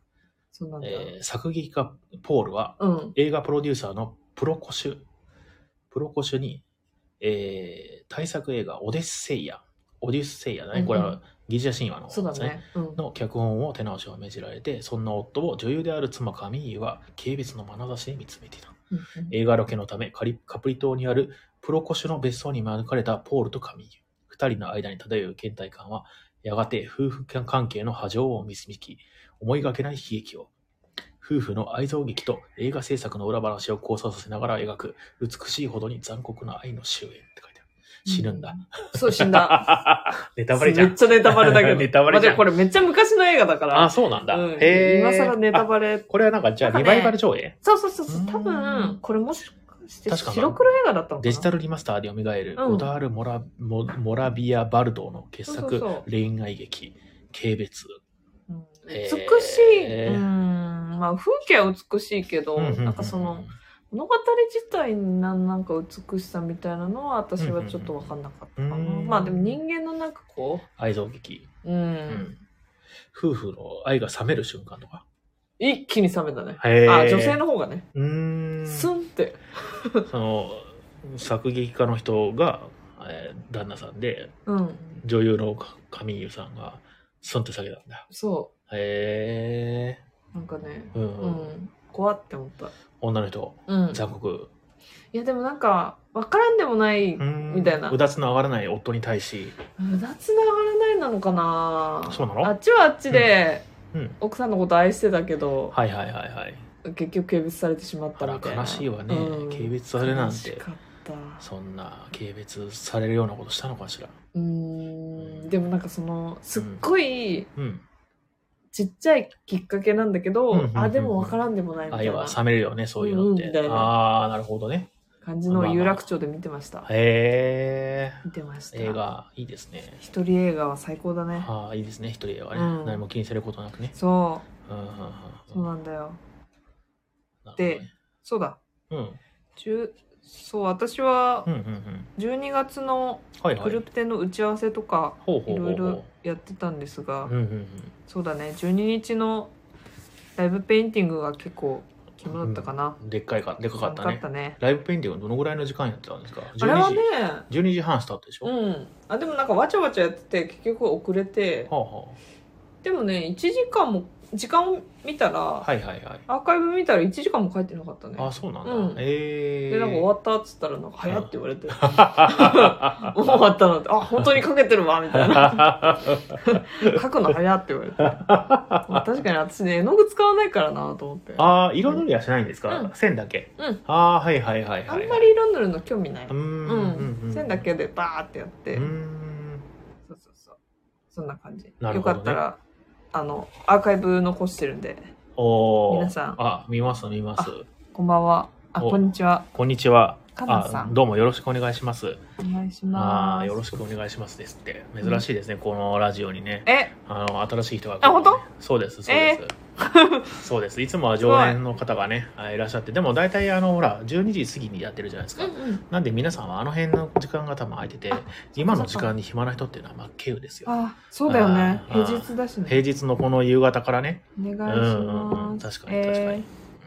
Speaker 2: そうなんだ。
Speaker 1: えー作劇家ポールは
Speaker 2: うん。
Speaker 1: 映画プロデューサーのプロコシュプロコシュに、えー大作映画「オデッセイア」オデュッセイアだね、
Speaker 2: うんうん
Speaker 1: これはギリシャ神話の
Speaker 2: そうだね。うん。
Speaker 1: の脚本を手直しを命じられてそんな夫を女優である妻カミーユは軽蔑の眼差しで見つめていた
Speaker 2: うん
Speaker 1: 映画ロケのためカリカプリ島にあるプロコシュの別荘に招かれたポールとカミーユ二人の間に漂う倦怠感はやがて夫婦間関係の波状を見せき思いがけない悲劇を夫婦の愛憎劇と映画制作の裏話を交差させながら描く美しいほどに残酷な愛の終焉って書いてある死ぬんだ、。
Speaker 2: うそう、死んだ。
Speaker 1: ネタバレじゃ
Speaker 2: めっ
Speaker 1: ん
Speaker 2: ちゃネタバレだ けど。
Speaker 1: ネタバレじゃん
Speaker 2: まあでもこれめっちゃ昔の映画だから。
Speaker 1: あそうなんだ、
Speaker 2: うん、
Speaker 1: へえ
Speaker 2: 今更ネタバレ。
Speaker 1: これはなんかじゃあ
Speaker 2: なん
Speaker 1: リ
Speaker 2: かね
Speaker 1: バイバル上映、
Speaker 2: そうそうそうそうう。
Speaker 1: ん
Speaker 2: 多分、これもしかして
Speaker 1: 確か
Speaker 2: 白黒映画だったのかな
Speaker 1: デジタルリマスターで蘇る、
Speaker 2: うん
Speaker 1: オダールモラ・モモラビア・バルドーの傑
Speaker 2: そう
Speaker 1: 作
Speaker 2: そうそう
Speaker 1: 恋愛劇軽蔑
Speaker 2: うん
Speaker 1: え
Speaker 2: 美
Speaker 1: ー
Speaker 2: しい。うん。まあ、風景は美しいけど、なんかその、物語自体になんなんか美しさみたいなのは私はちょっと分かんなかったかな、
Speaker 1: うんうんうん
Speaker 2: まあでも人間のなんかこ
Speaker 1: 愛憎劇、
Speaker 2: う、うん
Speaker 1: うん夫婦の愛が冷める瞬間とか
Speaker 2: 一気に冷めたね、
Speaker 1: へー
Speaker 2: あ女性の方がね、
Speaker 1: うーん
Speaker 2: ス
Speaker 1: そ
Speaker 2: ンって
Speaker 1: の作劇家の人が、えー旦那さんで
Speaker 2: うん
Speaker 1: 女優のか上優さんがスンって下げたんだ
Speaker 2: そ
Speaker 1: へ
Speaker 2: うなんかね
Speaker 1: え、う
Speaker 2: うんん、怖って思った、
Speaker 1: 女の人
Speaker 2: うん、
Speaker 1: 残酷、
Speaker 2: いやでもなんか分からんでもない、
Speaker 1: うーん
Speaker 2: みたいな
Speaker 1: うだつの上がらない夫に対し
Speaker 2: うだつながらないれなのかな
Speaker 1: そうなの
Speaker 2: あっちはあっちで、
Speaker 1: うんうん
Speaker 2: 奥さんのこと愛してたけど、
Speaker 1: はいはいはいはい
Speaker 2: 結局軽蔑されてしまったみ
Speaker 1: あ
Speaker 2: たい
Speaker 1: ら
Speaker 2: な
Speaker 1: 悲しいわね、
Speaker 2: うん
Speaker 1: 軽蔑されなん
Speaker 2: 悲してかった
Speaker 1: そんな軽蔑されるようなことしたのかしら
Speaker 2: うーんでもなんかそのすっごい
Speaker 1: うん
Speaker 2: ちっちゃいきっかけなんだけど、
Speaker 1: うんうんうん
Speaker 2: あでも分からんでもないみた
Speaker 1: 愛
Speaker 2: い
Speaker 1: は
Speaker 2: な
Speaker 1: 冷めるよねそういうのって、
Speaker 2: うんみたいな
Speaker 1: ああなるほどね
Speaker 2: 感じのを有楽町で見てました、
Speaker 1: へ
Speaker 2: 見てました
Speaker 1: え映画いいですね
Speaker 2: 一人映画は最高だね
Speaker 1: ああいいですね一人はね、
Speaker 2: うん
Speaker 1: 何も気にすることなくね
Speaker 2: そ
Speaker 1: うんうんうん
Speaker 2: うそうなんだよ
Speaker 1: なるほど
Speaker 2: で
Speaker 1: ね
Speaker 2: そうだ
Speaker 1: うん
Speaker 2: 10そう私は
Speaker 1: うんうんうん
Speaker 2: 12月の
Speaker 1: はいは
Speaker 2: グ
Speaker 1: い
Speaker 2: ループ展の打ち合わせとか
Speaker 1: ほうほ
Speaker 2: いう
Speaker 1: ほ
Speaker 2: ろ
Speaker 1: う
Speaker 2: いろ
Speaker 1: ほ
Speaker 2: やってたんですが
Speaker 1: ううんうん
Speaker 2: そうだね12日のライブペインティングが結構肝だったかな、
Speaker 1: うんでっかいかでかかった
Speaker 2: 寒
Speaker 1: ねライブペインティングどのぐらいの時間やってたんですか12時
Speaker 2: あれはね
Speaker 1: 12時半スタートでしょ、
Speaker 2: う
Speaker 1: は
Speaker 2: んあでもなんかわちゃわちゃやってて結局遅れて
Speaker 1: あは
Speaker 2: でもね1時間も時間を見たら、
Speaker 1: あはいはいはい
Speaker 2: アーカイブ見たら1時間も書いてなかったね
Speaker 1: あそうなんだ、
Speaker 2: うん
Speaker 1: ええ
Speaker 2: でなんか終わったっつったらなんか早って言わ れてもう終
Speaker 1: わ
Speaker 2: わったのってあ本当に書けてるわみたいな 書くの早って言われてまあ確かに私ね絵の具使わないからなと思ってあ
Speaker 1: ああ色塗りはしないんですか、
Speaker 2: うん
Speaker 1: 線だけ、
Speaker 2: うん
Speaker 1: ああーはいはいはいはい、
Speaker 2: んまり色塗るの興味ないう
Speaker 1: ーん
Speaker 2: う
Speaker 1: うん
Speaker 2: ん、
Speaker 1: うん
Speaker 2: 線だけでバーってやって、
Speaker 1: うーん
Speaker 2: そうそうそうそんな感じ
Speaker 1: なる
Speaker 2: よ
Speaker 1: ほ
Speaker 2: か
Speaker 1: どね
Speaker 2: ったらあのアーカイブ残してるんで
Speaker 1: おお
Speaker 2: 皆さん
Speaker 1: あ見ます見ます
Speaker 2: こんばんはあ
Speaker 1: お
Speaker 2: こんにちは
Speaker 1: こんにちは
Speaker 2: かなさ
Speaker 1: あ
Speaker 2: ん
Speaker 1: どうもよろしくお願いします
Speaker 2: お願いし
Speaker 1: あ
Speaker 2: ま
Speaker 1: あ
Speaker 2: す
Speaker 1: よろしくお願いしますですって珍しいですね、このラジオにね
Speaker 2: え
Speaker 1: あの新しい人が来る
Speaker 2: あ本当
Speaker 1: そうですそうです、そうですいつもは常連の方がねあいらっしゃってでも大体あのほら12時過ぎにやってるじゃないですか、
Speaker 2: うん
Speaker 1: なんで皆さんはあの辺の時間が多分空いてて
Speaker 2: あ
Speaker 1: 今の時間に暇な人っていうのは真っ稽古ですよ
Speaker 2: あそうだよね
Speaker 1: あー
Speaker 2: 平日だし
Speaker 1: 平
Speaker 2: ね
Speaker 1: 日のこの夕方からね
Speaker 2: お願いし
Speaker 1: うんうんうん
Speaker 2: ます
Speaker 1: 確かに確かに、
Speaker 2: えー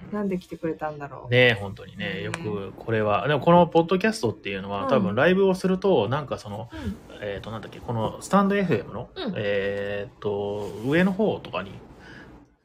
Speaker 2: なんで来てくれたんだろう、
Speaker 1: ねえ本当にねよくこれはでもこのポッドキャストっていうのは、
Speaker 2: うん
Speaker 1: 多分ライブをするとなんかその
Speaker 2: うん
Speaker 1: えっ、となんだっけこのスタンド FM の、
Speaker 2: うん
Speaker 1: えっ、と上の方とかに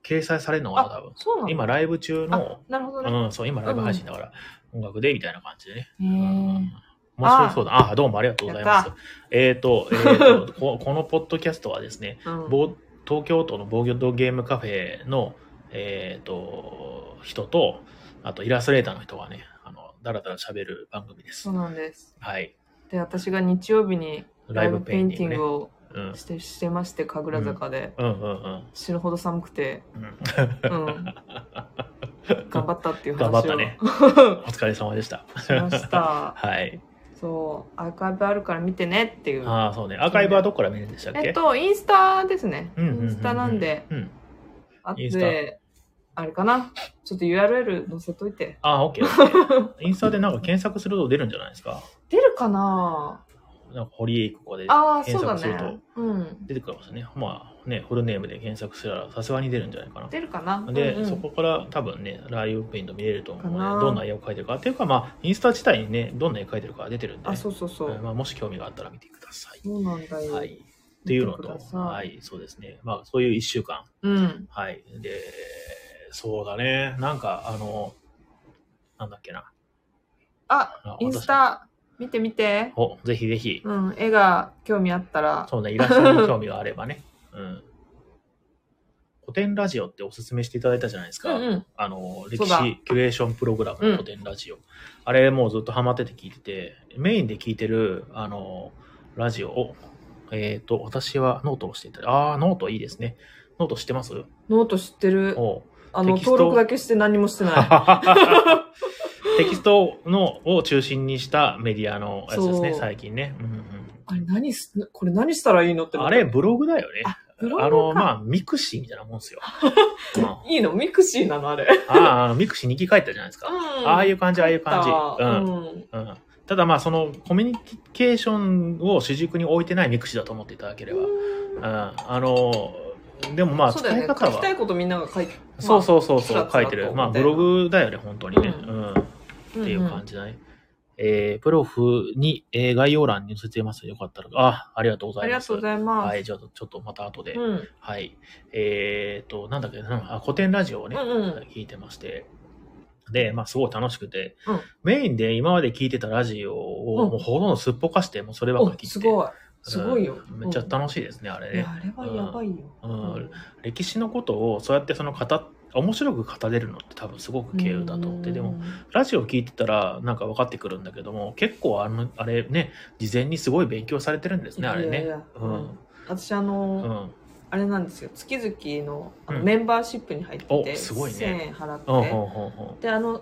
Speaker 1: 掲載されるのが多分
Speaker 2: そうなの
Speaker 1: 今ライブ中の
Speaker 2: なるほどね、
Speaker 1: うんそう今ライブ配信だから、音楽でみたいな感じでね、
Speaker 2: へ
Speaker 1: う
Speaker 2: ー
Speaker 1: ん面白そうだあどうもありがとうございます
Speaker 2: やっ
Speaker 1: えっ、と,、えー、とこ このポッドキャストはですね
Speaker 2: うん
Speaker 1: ボー東京都のボードゲームカフェの、えー、と人とあとイラストレーターの人がねあのだらだら喋る番組です、
Speaker 2: そうなんです
Speaker 1: はい
Speaker 2: で私が日曜日に
Speaker 1: ラ
Speaker 2: ラ
Speaker 1: イ
Speaker 2: イ
Speaker 1: ブ
Speaker 2: ブ
Speaker 1: ペ
Speaker 2: ペ
Speaker 1: イ
Speaker 2: イ
Speaker 1: ン
Speaker 2: ン
Speaker 1: テ
Speaker 2: テ
Speaker 1: ィ
Speaker 2: ィ
Speaker 1: ング
Speaker 2: ン
Speaker 1: ね
Speaker 2: グを
Speaker 1: うん
Speaker 2: して,、してまして神楽坂で、
Speaker 1: うんうんうん
Speaker 2: 死ぬほど寒くて、
Speaker 1: うん
Speaker 2: うん、 頑張ったっていう話
Speaker 1: 頑
Speaker 2: を
Speaker 1: 張った ねお疲れ様でした
Speaker 2: しました
Speaker 1: はい
Speaker 2: そうアーカイブあるから見てねっていう
Speaker 1: ああそうねアーカイブはどこから見れるんでしたっけ
Speaker 2: えっとインスタですね、
Speaker 1: うんうんうんうん
Speaker 2: インスタなんで、
Speaker 1: うん
Speaker 2: あっ
Speaker 1: インスタ
Speaker 2: てあれかなちょっと URL 載せといて
Speaker 1: あー、オッケ ー。インスタでなんか検索すると出るんじゃないですか。
Speaker 2: 出るかな
Speaker 1: なんか堀江育子で
Speaker 2: ああそう
Speaker 1: 検
Speaker 2: だ
Speaker 1: 索すると
Speaker 2: ねうん
Speaker 1: 出てくるんですね。まあね、フルネームで検索すればさすがに出るんじゃないかな。
Speaker 2: 出るかな
Speaker 1: で、
Speaker 2: うんうん
Speaker 1: そこから多分ね、ライブペイント見れると思う
Speaker 2: か
Speaker 1: の
Speaker 2: な
Speaker 1: で、どんな絵を描いてるか。っていうか、まあ、インスタ自体にね、どんな絵描いてるか出てるんで、
Speaker 2: あそうそうそう、
Speaker 1: うんまあ、もし興味があったら見てください。
Speaker 2: そうなんだよ、
Speaker 1: はい。っていうの
Speaker 2: 見てく
Speaker 1: と
Speaker 2: だ、さい
Speaker 1: はい、そうですね。まあ、そういう一週間。
Speaker 2: うん
Speaker 1: はい。で、そうだね。なんか、あの、なんだっけな。
Speaker 2: あ
Speaker 1: あ
Speaker 2: インス。タ見て見て
Speaker 1: 私お、ぜひぜひ。
Speaker 2: うん絵が興味あったら
Speaker 1: そうね、イラストに興味があればね。うん。古典ラジオっておすすめしていただいたじゃないです
Speaker 2: う
Speaker 1: か。
Speaker 2: んうん
Speaker 1: あの、
Speaker 2: そ
Speaker 1: 歴
Speaker 2: うだ
Speaker 1: 史キュレーションプログラムの古典ラジオ。あれもうずっとハマってて聞いてて、メインで聞いてる、あの、ラジオを、えっ、と、私はノートをしていたり、ああ、ノートいいですね。ノート知ってます
Speaker 2: ノート知ってる
Speaker 1: おう
Speaker 2: あの
Speaker 1: テキスト
Speaker 2: 登録だけして何もして な
Speaker 1: テキストのを中心にしたメディアのやつですね、
Speaker 2: そう
Speaker 1: 最近ね。うん
Speaker 2: いあれ何すこれ何したらいいのって
Speaker 1: うん、
Speaker 2: な
Speaker 1: あ
Speaker 2: った
Speaker 1: れ、ブログだよね。
Speaker 2: ブログか
Speaker 1: あの、まあ、ミクシーみたいなもん ですよ。うんあ
Speaker 2: いいのミクシーなのあれ
Speaker 1: ああの、ミクシーに生き返ったじゃないですか。ああいうう感じ、ああいう感じ。
Speaker 2: う、
Speaker 1: うん
Speaker 2: うん、
Speaker 1: ん。うん。ただまあ、その、コミュニケーションを主軸に置いてないミクシーだと思っていただければ。うん。あの、でもまあ、
Speaker 2: そう
Speaker 1: 使
Speaker 2: だよ
Speaker 1: い
Speaker 2: ね
Speaker 1: 方
Speaker 2: 書きた
Speaker 1: は。
Speaker 2: いことみんなが書いて
Speaker 1: そうそうそう
Speaker 2: ま
Speaker 1: そ
Speaker 2: あ
Speaker 1: う、書いてる。まあ、
Speaker 2: つらつらとみた
Speaker 1: ブ
Speaker 2: いな
Speaker 1: ログだよね、本当にね。
Speaker 2: う
Speaker 1: うん。っていう感じだね。えー、プロフに、えー概要欄に載せています。よかったら。あ、ありがとうござ
Speaker 2: あ
Speaker 1: い
Speaker 2: り
Speaker 1: ま
Speaker 2: が
Speaker 1: す。
Speaker 2: とうございます、
Speaker 1: はい、じゃあ、ちょっとまた後で。
Speaker 2: うん
Speaker 1: はい。えっ、と、なんだっけ、うんあ古典ラジオをね、
Speaker 2: うんうん
Speaker 1: 聞いてまして。で、まあ、すごい楽しくて、
Speaker 2: うん
Speaker 1: メインで今まで聞いてたラジオを、
Speaker 2: うん
Speaker 1: もうほとんどすっぽかして、もうそればっか
Speaker 2: お
Speaker 1: り聞いて
Speaker 2: す
Speaker 1: て、
Speaker 2: ごいすごいよ
Speaker 1: うんめっちゃ楽しいですね、あれ
Speaker 2: いや
Speaker 1: ね。
Speaker 2: あれはやばいよ、
Speaker 1: うん歴史のことをそうやってその語面白く語れるのって多分すごく軽有だと思ってでもラジオ聞いてたらなんか分かってくるんだけども結構あのあれね事前にすごい勉強されてるんですねあれ
Speaker 2: いやい
Speaker 1: ね
Speaker 2: や。
Speaker 1: う
Speaker 2: うん
Speaker 1: ん
Speaker 2: 私あの、
Speaker 1: うん
Speaker 2: あれなんですよ月々のあの
Speaker 1: うん
Speaker 2: メンバーシップに入ってて、
Speaker 1: おすごいね
Speaker 2: 1000円払って、
Speaker 1: うんうんうん
Speaker 2: であの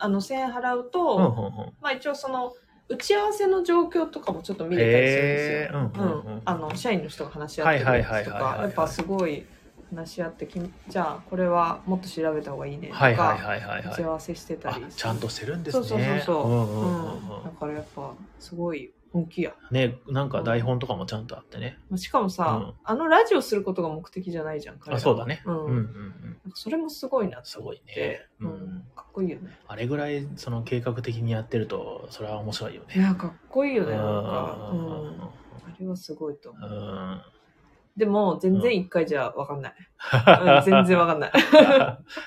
Speaker 2: あの1000円払うと、
Speaker 1: うんうんうん
Speaker 2: まあ一応その打ち合わせの状況とかもちょっと見れたりする
Speaker 1: へ
Speaker 2: んです
Speaker 1: えう
Speaker 2: よ、
Speaker 1: ん
Speaker 2: う
Speaker 1: うんんうん
Speaker 2: あの社員の人が話し合ってる
Speaker 1: はい
Speaker 2: や
Speaker 1: はい
Speaker 2: つ
Speaker 1: はい
Speaker 2: と
Speaker 1: はいはいはい
Speaker 2: かやっぱすごい話し合ってきじゃあこれはもっと調べた方がいいねとか、
Speaker 1: はいはいはいはい
Speaker 2: 打
Speaker 1: は
Speaker 2: ち
Speaker 1: い
Speaker 2: 合わせしてた
Speaker 1: あ
Speaker 2: り
Speaker 1: ちゃんとしてるんです
Speaker 2: そう
Speaker 1: ね
Speaker 2: そうそうそ
Speaker 1: うん
Speaker 2: う、
Speaker 1: うんうん
Speaker 2: うんだ
Speaker 1: うん
Speaker 2: からやっぱすごい本気や、
Speaker 1: ねなんか台本とかもちゃんとあってね
Speaker 2: まあ、しかもさ、
Speaker 1: うん
Speaker 2: あのラジオすることが目的じゃないじゃん彼ら
Speaker 1: あ
Speaker 2: は
Speaker 1: そうだねう
Speaker 2: うんん
Speaker 1: うんうん
Speaker 2: なんかそれもすごいな
Speaker 1: す
Speaker 2: と思
Speaker 1: ご
Speaker 2: っ
Speaker 1: いね
Speaker 2: て、
Speaker 1: う
Speaker 2: うん
Speaker 1: ん
Speaker 2: かっこいいよね
Speaker 1: あれぐらいその計画的にやってるとそれは面白いよね
Speaker 2: いやかっこいいよねなんか、
Speaker 1: うん
Speaker 2: うんあれはすごいと思う
Speaker 1: うん
Speaker 2: でも全然一回じゃ分かんない、うん全然分かんない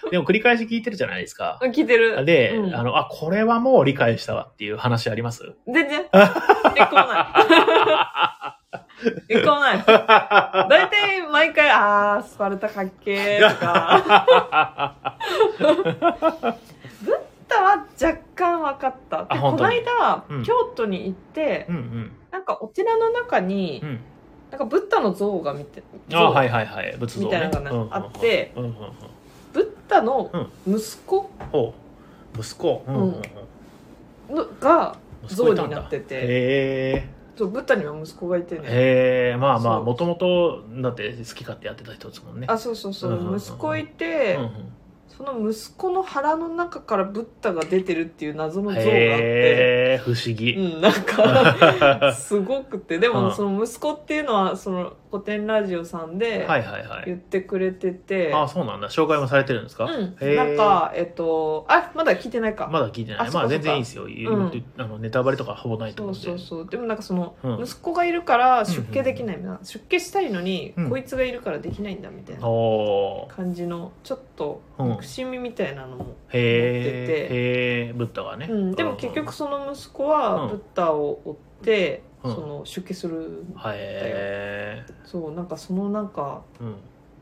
Speaker 1: でも繰り返し聞いてるじゃないですか。
Speaker 2: 聞いてる
Speaker 1: で、
Speaker 2: うん
Speaker 1: あの、あ、これはもう理解したわっていう話あります
Speaker 2: 全然一個もない 一個もない大体毎回「あースパルタかっけー」と か「スパルタは若干分かった」
Speaker 1: あ
Speaker 2: でこ
Speaker 1: 本当
Speaker 2: の
Speaker 1: に
Speaker 2: 間、
Speaker 1: うん
Speaker 2: 京都に行って、
Speaker 1: うんうん。
Speaker 2: なんかお寺の中に、
Speaker 1: うん。
Speaker 2: なんかブッダの像が見て
Speaker 1: あ、
Speaker 2: 像
Speaker 1: はいはいはい。仏像ね。
Speaker 2: みたいなのがね
Speaker 1: うんうんうん
Speaker 2: あって
Speaker 1: うんうんうん
Speaker 2: ブッダの息子
Speaker 1: ほう息子。うんうんうん
Speaker 2: のが
Speaker 1: 息子いたん
Speaker 2: 像
Speaker 1: だ
Speaker 2: になってて
Speaker 1: へ
Speaker 2: そうブッダには息子がいて
Speaker 1: え。
Speaker 2: ね
Speaker 1: へえ。まあまあ、
Speaker 2: そう
Speaker 1: もともと、だって好き勝手やってた人ですもんね。
Speaker 2: あそうそうそう,、
Speaker 1: うんうんうん
Speaker 2: 息子い
Speaker 1: うん
Speaker 2: て、
Speaker 1: うん
Speaker 2: その息子の腹の中からブッダが出てるっていう謎の像があって、
Speaker 1: へえ、不思議。
Speaker 2: うん、なんかすごくてで
Speaker 1: う
Speaker 2: も
Speaker 1: ん
Speaker 2: その息子っていうのはその古典ラジオさんで
Speaker 1: はいはいは
Speaker 2: 言
Speaker 1: い。
Speaker 2: ってくれてて、
Speaker 1: あ、そうなんだ。紹介もされてるんですか
Speaker 2: うん、
Speaker 1: へえ
Speaker 2: なんかえっとあまだ聞いてないか、
Speaker 1: まだ聞いてない。
Speaker 2: あそっか
Speaker 1: まあ
Speaker 2: そっ
Speaker 1: 全
Speaker 2: か
Speaker 1: 然いいですよ。言う
Speaker 2: うん
Speaker 1: ってあのネタバレとかほぼないと
Speaker 2: そ
Speaker 1: 思う
Speaker 2: う
Speaker 1: んで。
Speaker 2: そうそうでもなんかその、
Speaker 1: うん
Speaker 2: 息子がいるから出家できないみたいな、出家したいのに、
Speaker 1: うん
Speaker 2: こいつがいるからできないんだみたいな
Speaker 1: おー
Speaker 2: 感じのちょっと
Speaker 1: うん
Speaker 2: 憎しみみたいなの
Speaker 1: へ
Speaker 2: も、持って
Speaker 1: え、へえ、ブッダがね。
Speaker 2: うん、でも結局
Speaker 1: うん、
Speaker 2: その息子は
Speaker 1: うん
Speaker 2: ブッダを追って、
Speaker 1: うん
Speaker 2: その出家する
Speaker 1: はい、え
Speaker 2: そうなんかそのなんか
Speaker 1: ー、うん、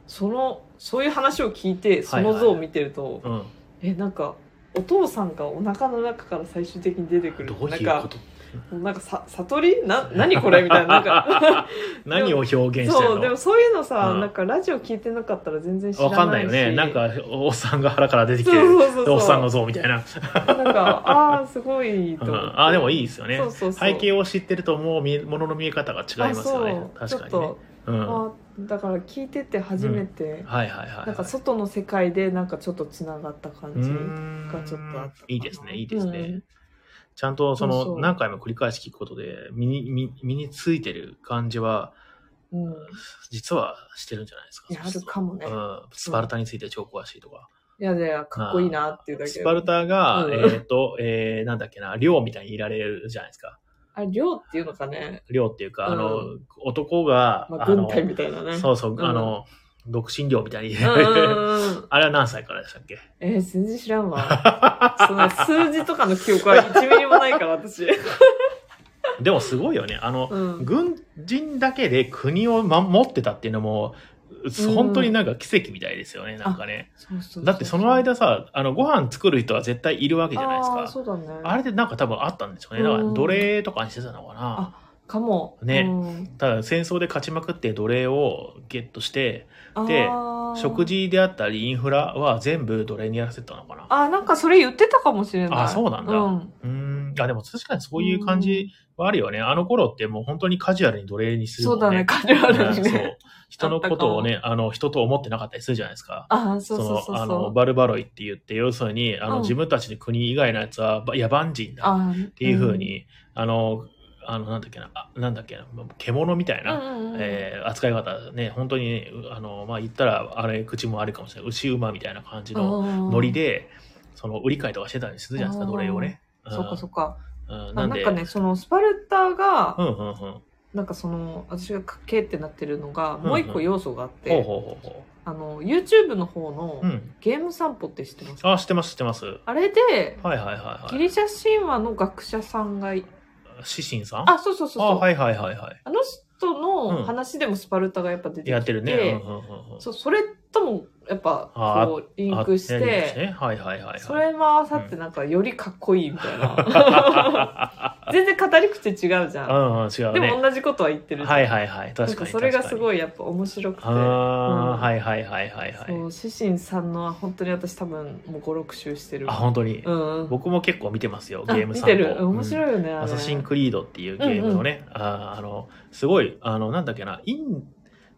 Speaker 2: そのそういう話を聞いてその像を見てると、
Speaker 1: うん、
Speaker 2: えなんかお父さんがお腹の中から最終的に出てくる
Speaker 1: どう
Speaker 2: ないん
Speaker 1: う
Speaker 2: か
Speaker 1: こと
Speaker 2: なんかさ悟りな何これみたいななんか
Speaker 1: 何を表現してる
Speaker 2: そうでも
Speaker 1: の
Speaker 2: そういうのさ、
Speaker 1: うん
Speaker 2: なんかラジオ聞いてなかったら全然知ら
Speaker 1: わ
Speaker 2: な
Speaker 1: か
Speaker 2: いし
Speaker 1: んないよね。なんか、おっさんが腹から出てき
Speaker 2: そ
Speaker 1: てる。
Speaker 2: うそうそうそう
Speaker 1: おっさんの像みたいな。
Speaker 2: なんかああすごいと
Speaker 1: う
Speaker 2: 思って、
Speaker 1: ん、あ、でもいいですよね
Speaker 2: そう。そうそう
Speaker 1: 背景を知ってるともう見えものの見え方が違いますよね。
Speaker 2: あそ
Speaker 1: 確か
Speaker 2: うち
Speaker 1: に
Speaker 2: ょ
Speaker 1: ね
Speaker 2: っ。
Speaker 1: うん。
Speaker 2: と、
Speaker 1: はい
Speaker 2: あだから聞いてて初めて、
Speaker 1: はいはいはい。
Speaker 2: なんか外の世界でなんかちょっとつながった感
Speaker 1: う
Speaker 2: じ
Speaker 1: ん
Speaker 2: がちょっとあったかない
Speaker 1: いですね、いいですね。
Speaker 2: うん
Speaker 1: ちゃんとそ
Speaker 2: そうそ
Speaker 1: の
Speaker 2: う
Speaker 1: 何回も繰り返し聞くことで身に身身についてる感じは
Speaker 2: うん、
Speaker 1: 実はしてるんじゃないですか。
Speaker 2: いやあ
Speaker 1: そうす
Speaker 2: る
Speaker 1: ると
Speaker 2: かもね、
Speaker 1: うん、スパルタについて超詳しいとか。
Speaker 2: いやいやかっこいいなっていうだけ
Speaker 1: スパルタが、
Speaker 2: うん
Speaker 1: えっ、と、えー、なんだっけな、寮みたいにいられるじゃないですか。
Speaker 2: あれ寮っていうのかね、
Speaker 1: 寮っていうか、あの
Speaker 2: う、
Speaker 1: 男が、
Speaker 2: まあ、
Speaker 1: あの
Speaker 2: 軍隊みたいなね
Speaker 1: そうそう、
Speaker 2: ん
Speaker 1: あの、独身寮みたいに入
Speaker 2: うん
Speaker 1: れら
Speaker 2: う
Speaker 1: れる。
Speaker 2: ん うんうん
Speaker 1: あれは何歳からでしたっけ
Speaker 2: えー、全然知らんわその数字とかの記憶は1ミリもないから私、
Speaker 1: でもすごいよね。あの、
Speaker 2: うん、
Speaker 1: 軍人だけで国を守ってたっていうのも、本当になんか奇跡みたいですよね、なんかね。
Speaker 2: そうそうそう
Speaker 1: だってその間さ、あの、ご飯作る人は絶対いるわけじゃないです
Speaker 2: あー
Speaker 1: か。
Speaker 2: そうだね
Speaker 1: あれでなんか多分あったんでしょうね。だから
Speaker 2: うん
Speaker 1: 奴隷とかにしてたのかな。
Speaker 2: かも
Speaker 1: ね
Speaker 2: うん
Speaker 1: ただ戦争で勝ちまくって奴隷をゲットして、
Speaker 2: あー
Speaker 1: で食事であったりインフラは全部奴隷にやらせてたのかな。
Speaker 2: あーなんかそれ言ってたかもしれない
Speaker 1: あそうなんだ
Speaker 2: うん、
Speaker 1: うーん。あ、でも確かにそういう感じはあるよね。あの頃ってもう本当にカジュアルに奴隷にするも
Speaker 2: そ
Speaker 1: ん
Speaker 2: うだねカジュアル
Speaker 1: う
Speaker 2: に
Speaker 1: んそう
Speaker 2: ね。
Speaker 1: 人のことをね、あの、人と思ってなかったりするじゃないですか。
Speaker 2: あーそうそうそう
Speaker 1: の、あ
Speaker 2: そ
Speaker 1: の、
Speaker 2: う
Speaker 1: バルバロイって言って、要するに、あの、
Speaker 2: うん
Speaker 1: 自分たちの国以外のやつはば野蛮人だっ
Speaker 2: あって
Speaker 1: いうふう、に、あの、あの、なんだっけな、あなんだっけな、獣みたい
Speaker 2: うん
Speaker 1: な、
Speaker 2: うんうんうん
Speaker 1: えー扱い方ね、本当にね、うあの、まあ、言ったら、あれ、口もあるかもしれない、牛馬みたいな感じのノリ、で、その、売り買いとかしてたりするじゃないですか、
Speaker 2: あー
Speaker 1: 奴隷をね。
Speaker 2: うんそうかそううか
Speaker 1: ん。うん、な
Speaker 2: な
Speaker 1: んんで、
Speaker 2: かねそのスパルタが、
Speaker 1: うんうんうん。ほ
Speaker 2: なんかその私がかっけーってなってるのが
Speaker 1: んうん
Speaker 2: もう一個要素があっ
Speaker 1: う
Speaker 2: て、
Speaker 1: ほうほうほ
Speaker 2: あの YouTube の方の
Speaker 1: う。うん。
Speaker 2: 「ゲーム散歩」って知ってますか、
Speaker 1: あ、知ってます、知ってます。はい
Speaker 2: あれで、
Speaker 1: はいはいは
Speaker 2: ギ
Speaker 1: い。
Speaker 2: リシャ神話の学者さんがい
Speaker 1: シシンさん
Speaker 2: あ、そうそうそうそ
Speaker 1: あ
Speaker 2: う。
Speaker 1: はいはいはいはい。
Speaker 2: あの人
Speaker 1: うん
Speaker 2: の話でもスパルタがやっぱ出てきて、
Speaker 1: やってるね。うんうんうんうん
Speaker 2: そうそれともやっぱ
Speaker 1: あー
Speaker 2: こうリンクし
Speaker 1: あねリンクして
Speaker 2: て、
Speaker 1: ねはいはいはいはい。
Speaker 2: そ れも合わさってなんかよりかっこいいみたいな。 全然語り口違うじゃ。
Speaker 1: うんん、うん、違う
Speaker 2: で
Speaker 1: ね
Speaker 2: も。同じことは言ってるじゃん。
Speaker 1: はいはいはい。
Speaker 2: な
Speaker 1: 確
Speaker 2: ん
Speaker 1: か
Speaker 2: か
Speaker 1: に。
Speaker 2: それがす
Speaker 1: い。
Speaker 2: ごいやっぱ面白くて。
Speaker 1: ああ、
Speaker 2: うん
Speaker 1: はいはいはいはいは
Speaker 2: そ
Speaker 1: い。
Speaker 2: う、シシンさんのは本当に私多分もう5、6周してる
Speaker 1: あ、。本当に
Speaker 2: う。んうん。
Speaker 1: 僕も結構見てますよ、
Speaker 2: あ
Speaker 1: ゲーム
Speaker 2: 見
Speaker 1: 参
Speaker 2: て
Speaker 1: 考
Speaker 2: る。うん面
Speaker 1: い。
Speaker 2: 白いよね、あれ。
Speaker 1: アサシンクリードっていうゲームのね、あーあの、すごい、あの、なんだっけな、イン、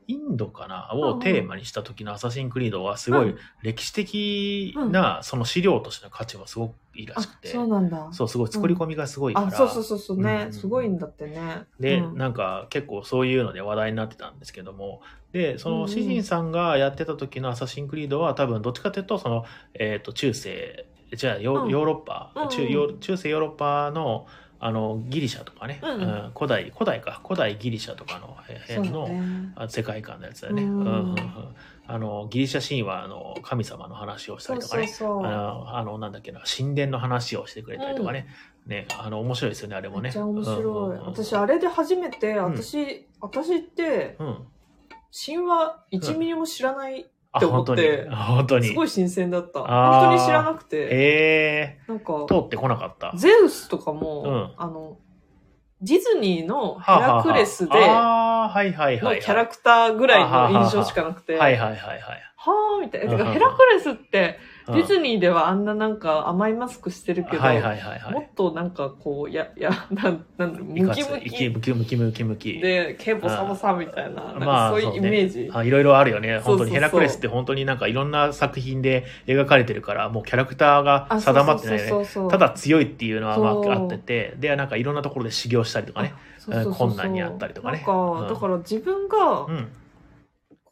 Speaker 1: インドかな
Speaker 2: うんう
Speaker 1: を
Speaker 2: ん
Speaker 1: テーマにした時のアサシンクリードはすご
Speaker 2: う
Speaker 1: い
Speaker 2: ん
Speaker 1: 歴史的なその資料としての価値はすごくいいら
Speaker 2: あ
Speaker 1: しく、て、
Speaker 2: そうなんだ。
Speaker 1: そう、すごい作り込みがすごいから、
Speaker 2: あ、そうそうそうそうね、
Speaker 1: うん
Speaker 2: すごいんだってね。
Speaker 1: で、
Speaker 2: うん
Speaker 1: なんか結構そういうので話題になってたんですけどもでそ
Speaker 2: うんう
Speaker 1: の
Speaker 2: ん
Speaker 1: 詩人さんがやってた時の「アサシン・クリード」は多分どっちかというとその、えー、と中世じゃあヨ,、
Speaker 2: うん
Speaker 1: ヨーロッパ
Speaker 2: うんうん
Speaker 1: 中ヨー中世ヨーロッパのあのギリシャとかね、
Speaker 2: うんうん
Speaker 1: 古代古代か古代ギリシャとかのえ
Speaker 2: そう
Speaker 1: 辺
Speaker 2: だ
Speaker 1: の、
Speaker 2: ね。
Speaker 1: あ世界観のやつだよね、
Speaker 2: うん
Speaker 1: うんうんうんあのギリシャ神話の神様の話をした
Speaker 2: そ
Speaker 1: り
Speaker 2: う
Speaker 1: とか
Speaker 2: そ
Speaker 1: ね
Speaker 2: うそう。
Speaker 1: あのあのなんだっけな神殿の話をしてくれたりとかね、ねあの面白いですよねあれもね
Speaker 2: めっちゃ面白い、
Speaker 1: うんうんうん
Speaker 2: 私あれで初めて
Speaker 1: ん
Speaker 2: 私、私って
Speaker 1: うん
Speaker 2: 神話1ミリも知らない、
Speaker 1: あ
Speaker 2: って思って
Speaker 1: 本当に。
Speaker 2: すごい新鮮だった
Speaker 1: あー
Speaker 2: 本当に知らなくて
Speaker 1: え
Speaker 2: なんか
Speaker 1: ー、通ってこなかった。
Speaker 2: ゼウスとかも、
Speaker 1: うん
Speaker 2: あのディズニーのヘ
Speaker 1: はあはあは
Speaker 2: ラ
Speaker 1: あ
Speaker 2: クレスで
Speaker 1: ああ、はいはいはい、
Speaker 2: の
Speaker 1: はい。
Speaker 2: キャラクターぐらいの印象しかなくて
Speaker 1: は
Speaker 2: はいー
Speaker 1: はいはいはい。
Speaker 2: みたい
Speaker 1: うんう
Speaker 2: な
Speaker 1: ん
Speaker 2: て
Speaker 1: うん
Speaker 2: かヘラクレスってディ
Speaker 1: ニ
Speaker 2: ズニーではあんななんか甘いマスクしてるけど、
Speaker 1: はいはいはいは
Speaker 2: もっ
Speaker 1: い。
Speaker 2: となんかこうややなんなんだろうムキム
Speaker 1: いかつい
Speaker 2: キ
Speaker 1: ムキムキムキムキ。
Speaker 2: で、ケボサボサみたいな、なん
Speaker 1: まあ
Speaker 2: かそういうイメージ。
Speaker 1: あいろいろあるよね。
Speaker 2: そ
Speaker 1: 本当
Speaker 2: うそうそう
Speaker 1: にヘラクレスって本当になんかいろんな作品で描かれてるから、もうキャラクターが
Speaker 2: あそう
Speaker 1: 定まってないよね。
Speaker 2: そうそうそう
Speaker 1: ただ強いっていうのはま
Speaker 2: そう
Speaker 1: ああってて、で、なんかいろんなところで修行したりとかね。
Speaker 2: そうそうそうそう
Speaker 1: 困難にあったりとかね
Speaker 2: なんか、
Speaker 1: うん
Speaker 2: だから自分が
Speaker 1: うん。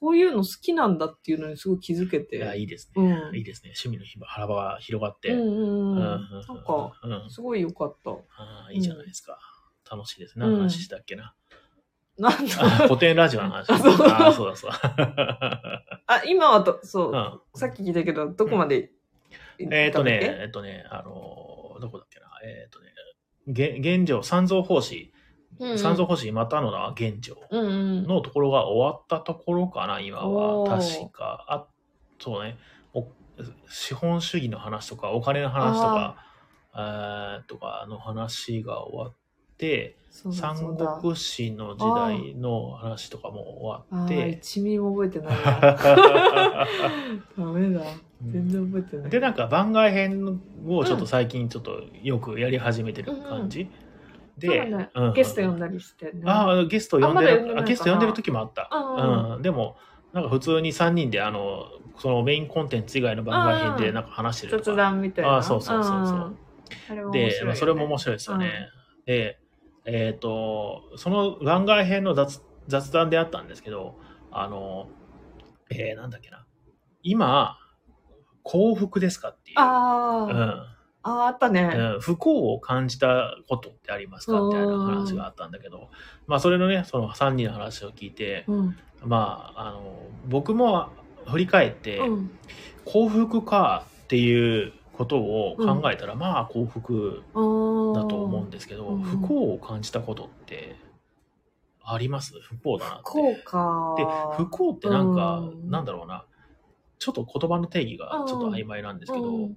Speaker 2: こういうの好きなんだっていうのにすごい気づ
Speaker 1: い
Speaker 2: け
Speaker 1: や、
Speaker 2: て。
Speaker 1: いいです
Speaker 2: うん。う
Speaker 1: ね。
Speaker 2: ん
Speaker 1: いいですね。趣味の幅が広がって。う
Speaker 2: う
Speaker 1: ん
Speaker 2: う
Speaker 1: う
Speaker 2: ん。なんか、
Speaker 1: うん
Speaker 2: すごい良かった。
Speaker 1: ああ、いいじゃないですか。楽しいですね。
Speaker 2: う
Speaker 1: 何
Speaker 2: ん
Speaker 1: の話したっけな。
Speaker 2: なん
Speaker 1: あ
Speaker 2: だ
Speaker 1: 古典ラジオの話。
Speaker 2: あそう
Speaker 1: ああ、そうだそうだ。
Speaker 2: あ、今はど、そうう、
Speaker 1: ん
Speaker 2: さっき聞いたけど、どこまで行たんだっけ
Speaker 1: えっとね、えっとね、あのー、どこだっけな。えっとね、げ現状、三蔵法師、
Speaker 2: うんうん
Speaker 1: 三蔵法師、またのな現状
Speaker 2: うんうん。
Speaker 1: のところが終わったところかな、今は。
Speaker 2: おー
Speaker 1: 確か。あ、そうね。お資本主義の話とか、お金の話とか、えーとかの話が終わって、
Speaker 2: そうだそう
Speaker 1: 三
Speaker 2: だ
Speaker 1: 国志の時代の話とかも終わっ
Speaker 2: あー、
Speaker 1: て。
Speaker 2: 一ミリも覚えてないな。 ダメだ。全然覚えてない。
Speaker 1: でなんか番外編をちょっと最近ちょっとよくやり始めてる感じ、
Speaker 2: そう
Speaker 1: で、
Speaker 2: だね
Speaker 1: うん
Speaker 2: ゲスト呼んだりしてね。
Speaker 1: ああゲスト呼んで
Speaker 2: あまだ呼ん
Speaker 1: る
Speaker 2: でない
Speaker 1: あ
Speaker 2: かな
Speaker 1: ゲスト呼んでる時もあった、
Speaker 2: うんうん
Speaker 1: うんでもなんか普通に3人であのそのメインコンテンツ以外の番外編でなんか話してると
Speaker 2: 雑
Speaker 1: か、
Speaker 2: 談みたいな。
Speaker 1: あそうそうそうそうん
Speaker 2: あれは面白いよね、
Speaker 1: で、まあ、それも面白いですよね、でえっ、とその番外編の雑雑談であったんですけどあのえー、なんだっけな今幸福ですかっていう
Speaker 2: あー、
Speaker 1: うん
Speaker 2: あーあったね。
Speaker 1: うん不幸を感じたことってありますかみたいな話があったんだけど、まあそれのね、その3人の話を聞いて、
Speaker 2: うん。
Speaker 1: まあ、あの、僕も振り返って、
Speaker 2: うん。
Speaker 1: 幸福かっていうことを考えたら、まあ幸福
Speaker 2: あー
Speaker 1: だと思うんですけど、
Speaker 2: うん
Speaker 1: 不幸を感じたことってあります不幸だなって。
Speaker 2: 不幸か。
Speaker 1: で、不幸ってなんか、
Speaker 2: うん
Speaker 1: なんだろうな、ちょっと言葉の定義がちょっと曖昧なんですけど、
Speaker 2: うん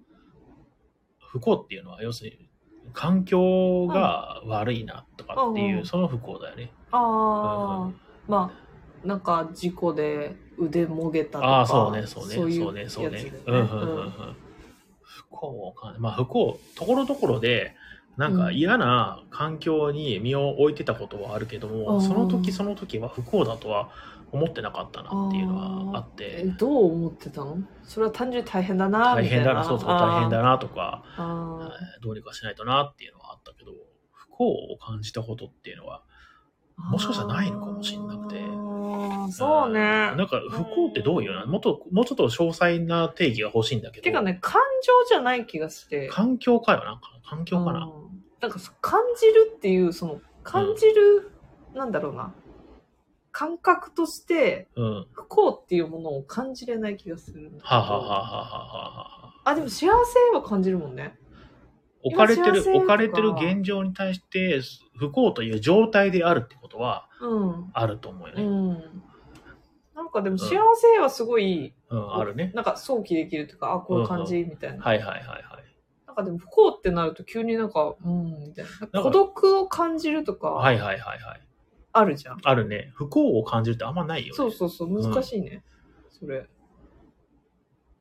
Speaker 1: 不幸っていうのは要するに環境が悪いなとかっていう、
Speaker 2: うん
Speaker 1: その不幸だよね。
Speaker 2: ああ、
Speaker 1: うん
Speaker 2: まあ、なんか事故で腕もげたとか。
Speaker 1: ああそうねそうねそう
Speaker 2: い
Speaker 1: ね
Speaker 2: やつ
Speaker 1: そう
Speaker 2: だよ
Speaker 1: ね
Speaker 2: ね。
Speaker 1: うんうんうんうん不幸を感じまあ不幸ところどころでなんか
Speaker 2: うん
Speaker 1: 嫌な環境に身を置いてたことはあるけども、
Speaker 2: うん
Speaker 1: その時その時は不幸だとは思ってなかったなっていうのはあっ
Speaker 2: え
Speaker 1: て。
Speaker 2: どう思ってたのそれは単純に大変だな
Speaker 1: 大
Speaker 2: みたい
Speaker 1: 変
Speaker 2: な。
Speaker 1: だな、そうそう、大変だなとか、
Speaker 2: あー。
Speaker 1: は
Speaker 2: あ
Speaker 1: いどうにかしないとなっていうのはあったけど、不幸を感じたことっていうのは
Speaker 2: ー
Speaker 1: もしかしたらないのかもしんなくて
Speaker 2: あーそうね。
Speaker 1: なんか不幸ってどういうのもっと、もうちょっと詳細な定義が欲しいんだけど。
Speaker 2: てかね、感情じゃない気がして。
Speaker 1: 環境かよな。環境かな。
Speaker 2: うんなんかそう感じるっていう、その、感じる、なんだろうな。感覚として、
Speaker 1: うん。は
Speaker 2: 不幸っていうものを感じれない気がするんだけど
Speaker 1: あ、はあはあはあはあは
Speaker 2: あ、でも幸せは感じるもんね。
Speaker 1: 置かれて
Speaker 2: 今
Speaker 1: る
Speaker 2: 幸せとか
Speaker 1: 置かれてる現状に対して不幸という状態であるってことは
Speaker 2: うん。
Speaker 1: あると思うよ
Speaker 2: う
Speaker 1: ね。
Speaker 2: ん。なんかでも幸せはすごい、
Speaker 1: うん、あるね。
Speaker 2: なんか想起できるというか、あ、こういう感じみたいな。
Speaker 1: はいはいはいはい。
Speaker 2: なんかでも不幸ってなると急になんか、うん、みたい
Speaker 1: か
Speaker 2: な。孤独を感じると
Speaker 1: は
Speaker 2: か、
Speaker 1: いはいはいはい。
Speaker 2: あるじゃん。
Speaker 1: あるね。不幸を感じるってあんまないよね。
Speaker 2: そうそうそう、難しいね。それ。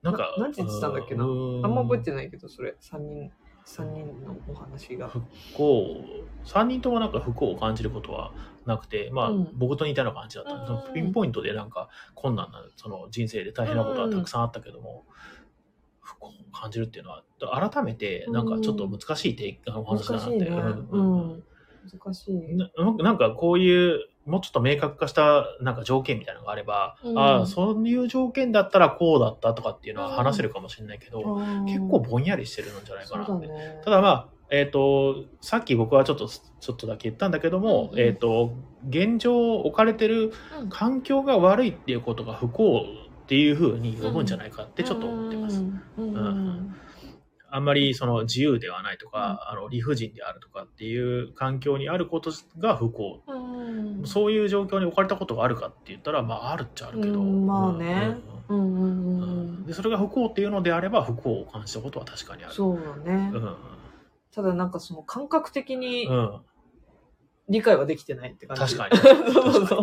Speaker 1: なんか。
Speaker 2: ななんて言ってたんだっけな
Speaker 1: うー
Speaker 2: あんま覚えてないけど、それ。3人、三人のお話が。
Speaker 1: 不幸3人ともなんか不幸を感じることはなくて、まあ
Speaker 2: うん
Speaker 1: 僕と似たような感じだった、
Speaker 2: うん
Speaker 1: そのピンポイントでなんか困難なその人生で大変なことはたくさんあったけども、不幸を感じるっていうのは改めてなんかちょっと難しいて、お
Speaker 2: 難
Speaker 1: 話だなっ、
Speaker 2: していね。う
Speaker 1: うん
Speaker 2: ん。難しい。
Speaker 1: ななんかこういうもうちょっと明確化したなんか条件みたいなのがあれば、
Speaker 2: うん
Speaker 1: ああそういう条件だったらこうだったとかっていうのは話せるかもしれないけど、結構ぼんやりしてるんじゃないかなって
Speaker 2: そうだね。
Speaker 1: ただまあ、えっ、と、さっき僕はちょっと、ちょっとだけ言ったんだけども、
Speaker 2: うんうん
Speaker 1: えっ、と、現状置かれてる
Speaker 2: うん
Speaker 1: 環境が悪いっていうことが不幸っていうふうに呼ぶんじゃないかってちょっと思ってます。
Speaker 2: うん。
Speaker 1: う
Speaker 2: うんん。
Speaker 1: あんまりその自由ではないとか、あの理不尽であるとかっていう環境にあることが不幸。
Speaker 2: うん。
Speaker 1: そういう状況に置かれたことがあるかって言ったら、まああるっちゃあるけど。
Speaker 2: うんまあねうん。うん
Speaker 1: う
Speaker 2: うん
Speaker 1: うん
Speaker 2: う
Speaker 1: うん
Speaker 2: ん。
Speaker 1: でそれが不幸っていうのであれば不幸を感じたことは確かにある。
Speaker 2: そうだね
Speaker 1: う。ん
Speaker 2: ただなんかその感覚的に
Speaker 1: うん、
Speaker 2: 理解はできてないって感
Speaker 1: 確
Speaker 2: じ。
Speaker 1: かに。
Speaker 2: に。 そうそう
Speaker 1: 確か
Speaker 2: そ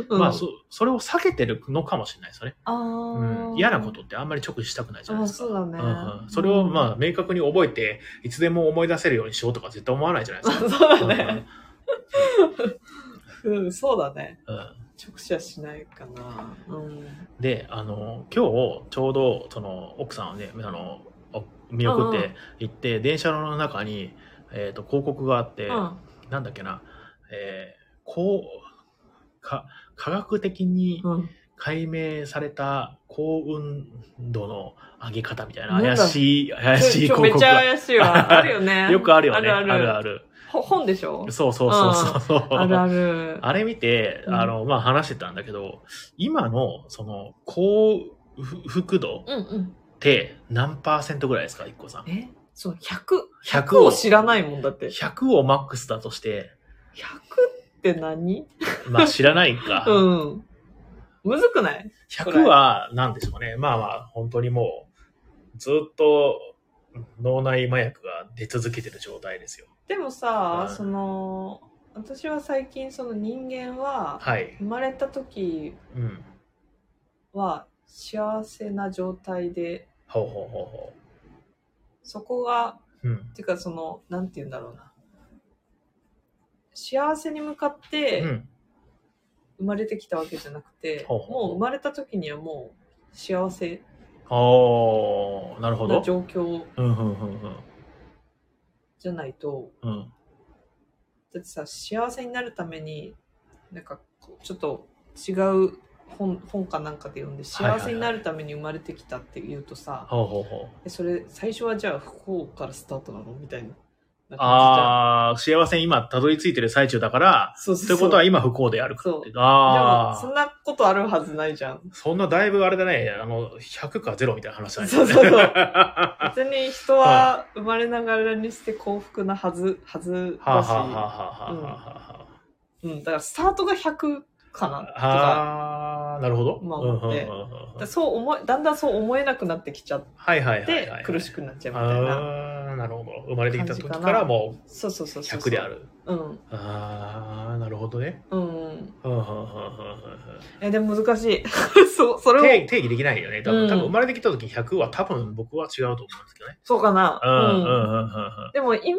Speaker 1: に
Speaker 2: う。
Speaker 1: まあ、
Speaker 2: う
Speaker 1: そ
Speaker 2: ん。
Speaker 1: それを避けてるのかもしれないですよね、
Speaker 2: あ
Speaker 1: う
Speaker 2: あ。
Speaker 1: ん。嫌なことってあんまり直視したくないじゃないですか。
Speaker 2: あそうだね
Speaker 1: んうんそれをまあ明確に覚えて、いつでも思い出せるようにしようとか絶対思わないじゃないですか。
Speaker 2: そうだね。うん、そうだね。
Speaker 1: うんうん
Speaker 2: 直視はしないかな。うん。
Speaker 1: で、あの、今日ちょうどその奥さんをね、あの、お見送っ
Speaker 2: うんう
Speaker 1: て
Speaker 2: ん
Speaker 1: 行って、電車の中に、えー、と広告があって、
Speaker 2: うん。
Speaker 1: なんだっけな、えーこうか科学的に
Speaker 2: うん。
Speaker 1: 解明された幸運度の上げ方みたいな
Speaker 2: なんだ
Speaker 1: 怪しい、怪しい
Speaker 2: ちょ
Speaker 1: 広
Speaker 2: めっ
Speaker 1: 告
Speaker 2: ち
Speaker 1: が。
Speaker 2: ゃ怪しい わ。あるよね。
Speaker 1: よくあるよね。
Speaker 2: あるある。
Speaker 1: ある
Speaker 2: ほ本でしょ
Speaker 1: そうそうそうそうそう。
Speaker 2: あるある。
Speaker 1: あれ見て、
Speaker 2: うん
Speaker 1: あの、まあ、話してたんだけど、今の、その、幸福度
Speaker 2: うんうん。
Speaker 1: って何パーセントぐらいですか、一個さん。
Speaker 2: えそう、100。
Speaker 1: 100
Speaker 2: 100を知らないもんだって。100
Speaker 1: 100をマックスだとして、
Speaker 2: って何
Speaker 1: まあ、知らないか。
Speaker 2: うん。むずくない
Speaker 1: 100は何でしょうね。まあまあ、本当にもう、ずっと脳内麻薬が出続けてる状態ですよ。
Speaker 2: でもさ、
Speaker 1: うん
Speaker 2: その、私は最近その人間は、
Speaker 1: はい。
Speaker 2: 生まれた時
Speaker 1: うん。
Speaker 2: は幸せな状態で、
Speaker 1: ほうほうほうほ
Speaker 2: そこが
Speaker 1: う。うん。
Speaker 2: ていうかそのなんて言うんだろうな幸せに向かって
Speaker 1: うん。
Speaker 2: 生まれてきたわけじゃなくて、
Speaker 1: ほうほうほう
Speaker 2: もう生まれた時にはもう幸せ
Speaker 1: おー、なるほ
Speaker 2: な
Speaker 1: ど。
Speaker 2: 状況
Speaker 1: うんうんうん
Speaker 2: じゃないと
Speaker 1: うん。うん。
Speaker 2: だってさ幸せになるためになんかこうちょっと違う本本かなんかで読んで
Speaker 1: はいはいは
Speaker 2: 幸
Speaker 1: い
Speaker 2: せになるために生まれてきたって言うとさ、
Speaker 1: ほうほうほう。
Speaker 2: えそれ最初はじゃあ不幸からスタートなのみたいなな感
Speaker 1: あー、幸せに今たどり着いてる最中だから、
Speaker 2: じじゃんそ
Speaker 1: とい
Speaker 2: うそうう
Speaker 1: こ
Speaker 2: そう
Speaker 1: とは今不幸であるからって。あ
Speaker 2: でもそ
Speaker 1: ー
Speaker 2: ん。なことあるはずないじゃん
Speaker 1: そんなだいぶあれだね、あの、100か0みたいな話だね。
Speaker 2: そうそうそう
Speaker 1: は
Speaker 2: 別に人は生まれながらにして幸福なはず、はず
Speaker 1: あはあは
Speaker 2: だし、
Speaker 1: あはあはあはあはあ。
Speaker 2: うん、だからスタートが100かなとか、
Speaker 1: ああ、なるほど。
Speaker 2: まあ思って
Speaker 1: うんうんうんうん
Speaker 2: だからそう思え、だんだんそう思えなくなってきちゃっ
Speaker 1: はいはいはいは
Speaker 2: て
Speaker 1: い。
Speaker 2: 苦しくなっちゃうみたいな。
Speaker 1: ああ、なるほど。生まれてきた時
Speaker 2: 感じ
Speaker 1: か
Speaker 2: からな
Speaker 1: もう
Speaker 2: そうそうそうそう。
Speaker 1: 100であ。る。
Speaker 2: うん、
Speaker 1: ああ、なるほどね。
Speaker 2: うん。
Speaker 1: うんうんうんうんうん
Speaker 2: え、でも難しい。 そう、それを、
Speaker 1: 定定義できないよね。多分、
Speaker 2: うん
Speaker 1: 多分生まれてきた時100は多分僕は違うと思うんですけどね。
Speaker 2: そうかな。
Speaker 1: うんうんうん
Speaker 2: ん。
Speaker 1: うんうん。
Speaker 2: でも今、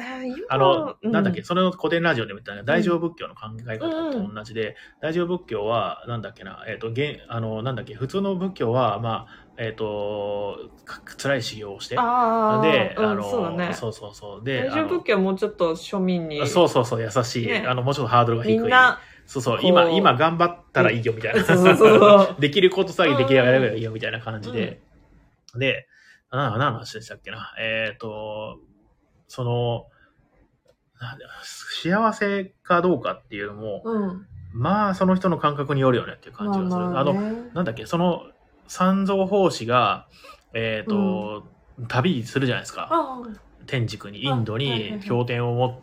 Speaker 2: えー今
Speaker 1: あの、
Speaker 2: う
Speaker 1: なんだっけ、それの古典ラジオで見たね、大乗仏教の考え方と同じで、大乗仏教は、なんだっけな、えっ、と、げんあの、なんだっけ、普通の仏教は、まあ、えっ、と、か辛い修行をして、
Speaker 2: ああ、
Speaker 1: で、
Speaker 2: うん
Speaker 1: あの、
Speaker 2: そうだね。
Speaker 1: そうそうそう。で、
Speaker 2: 大乗仏教はもうちょっと庶民
Speaker 1: あ
Speaker 2: に
Speaker 1: の、そうそうそう、優しい、
Speaker 2: ね
Speaker 1: あの、もうちょっとハードルが低い。
Speaker 2: みんな、
Speaker 1: そうそう、
Speaker 2: こう
Speaker 1: 今、今頑張ったらいいよ、みたいな。
Speaker 2: そうそうそうそう。
Speaker 1: できることさえでき上がればいいよ、みたいな感じで。で、な何の話でしたっけな。えっ、と、その、なんだ幸せかどうかっていうのも、
Speaker 2: うん。
Speaker 1: まあ、その人の感覚によるよねっていう感じがする。あの、
Speaker 2: ね
Speaker 1: なんだっけ、その三蔵法師が、えっ、と、旅するじゃないですか。
Speaker 2: あ
Speaker 1: 天竺に、インド
Speaker 2: あはいはい
Speaker 1: に
Speaker 2: はい、
Speaker 1: 経典を持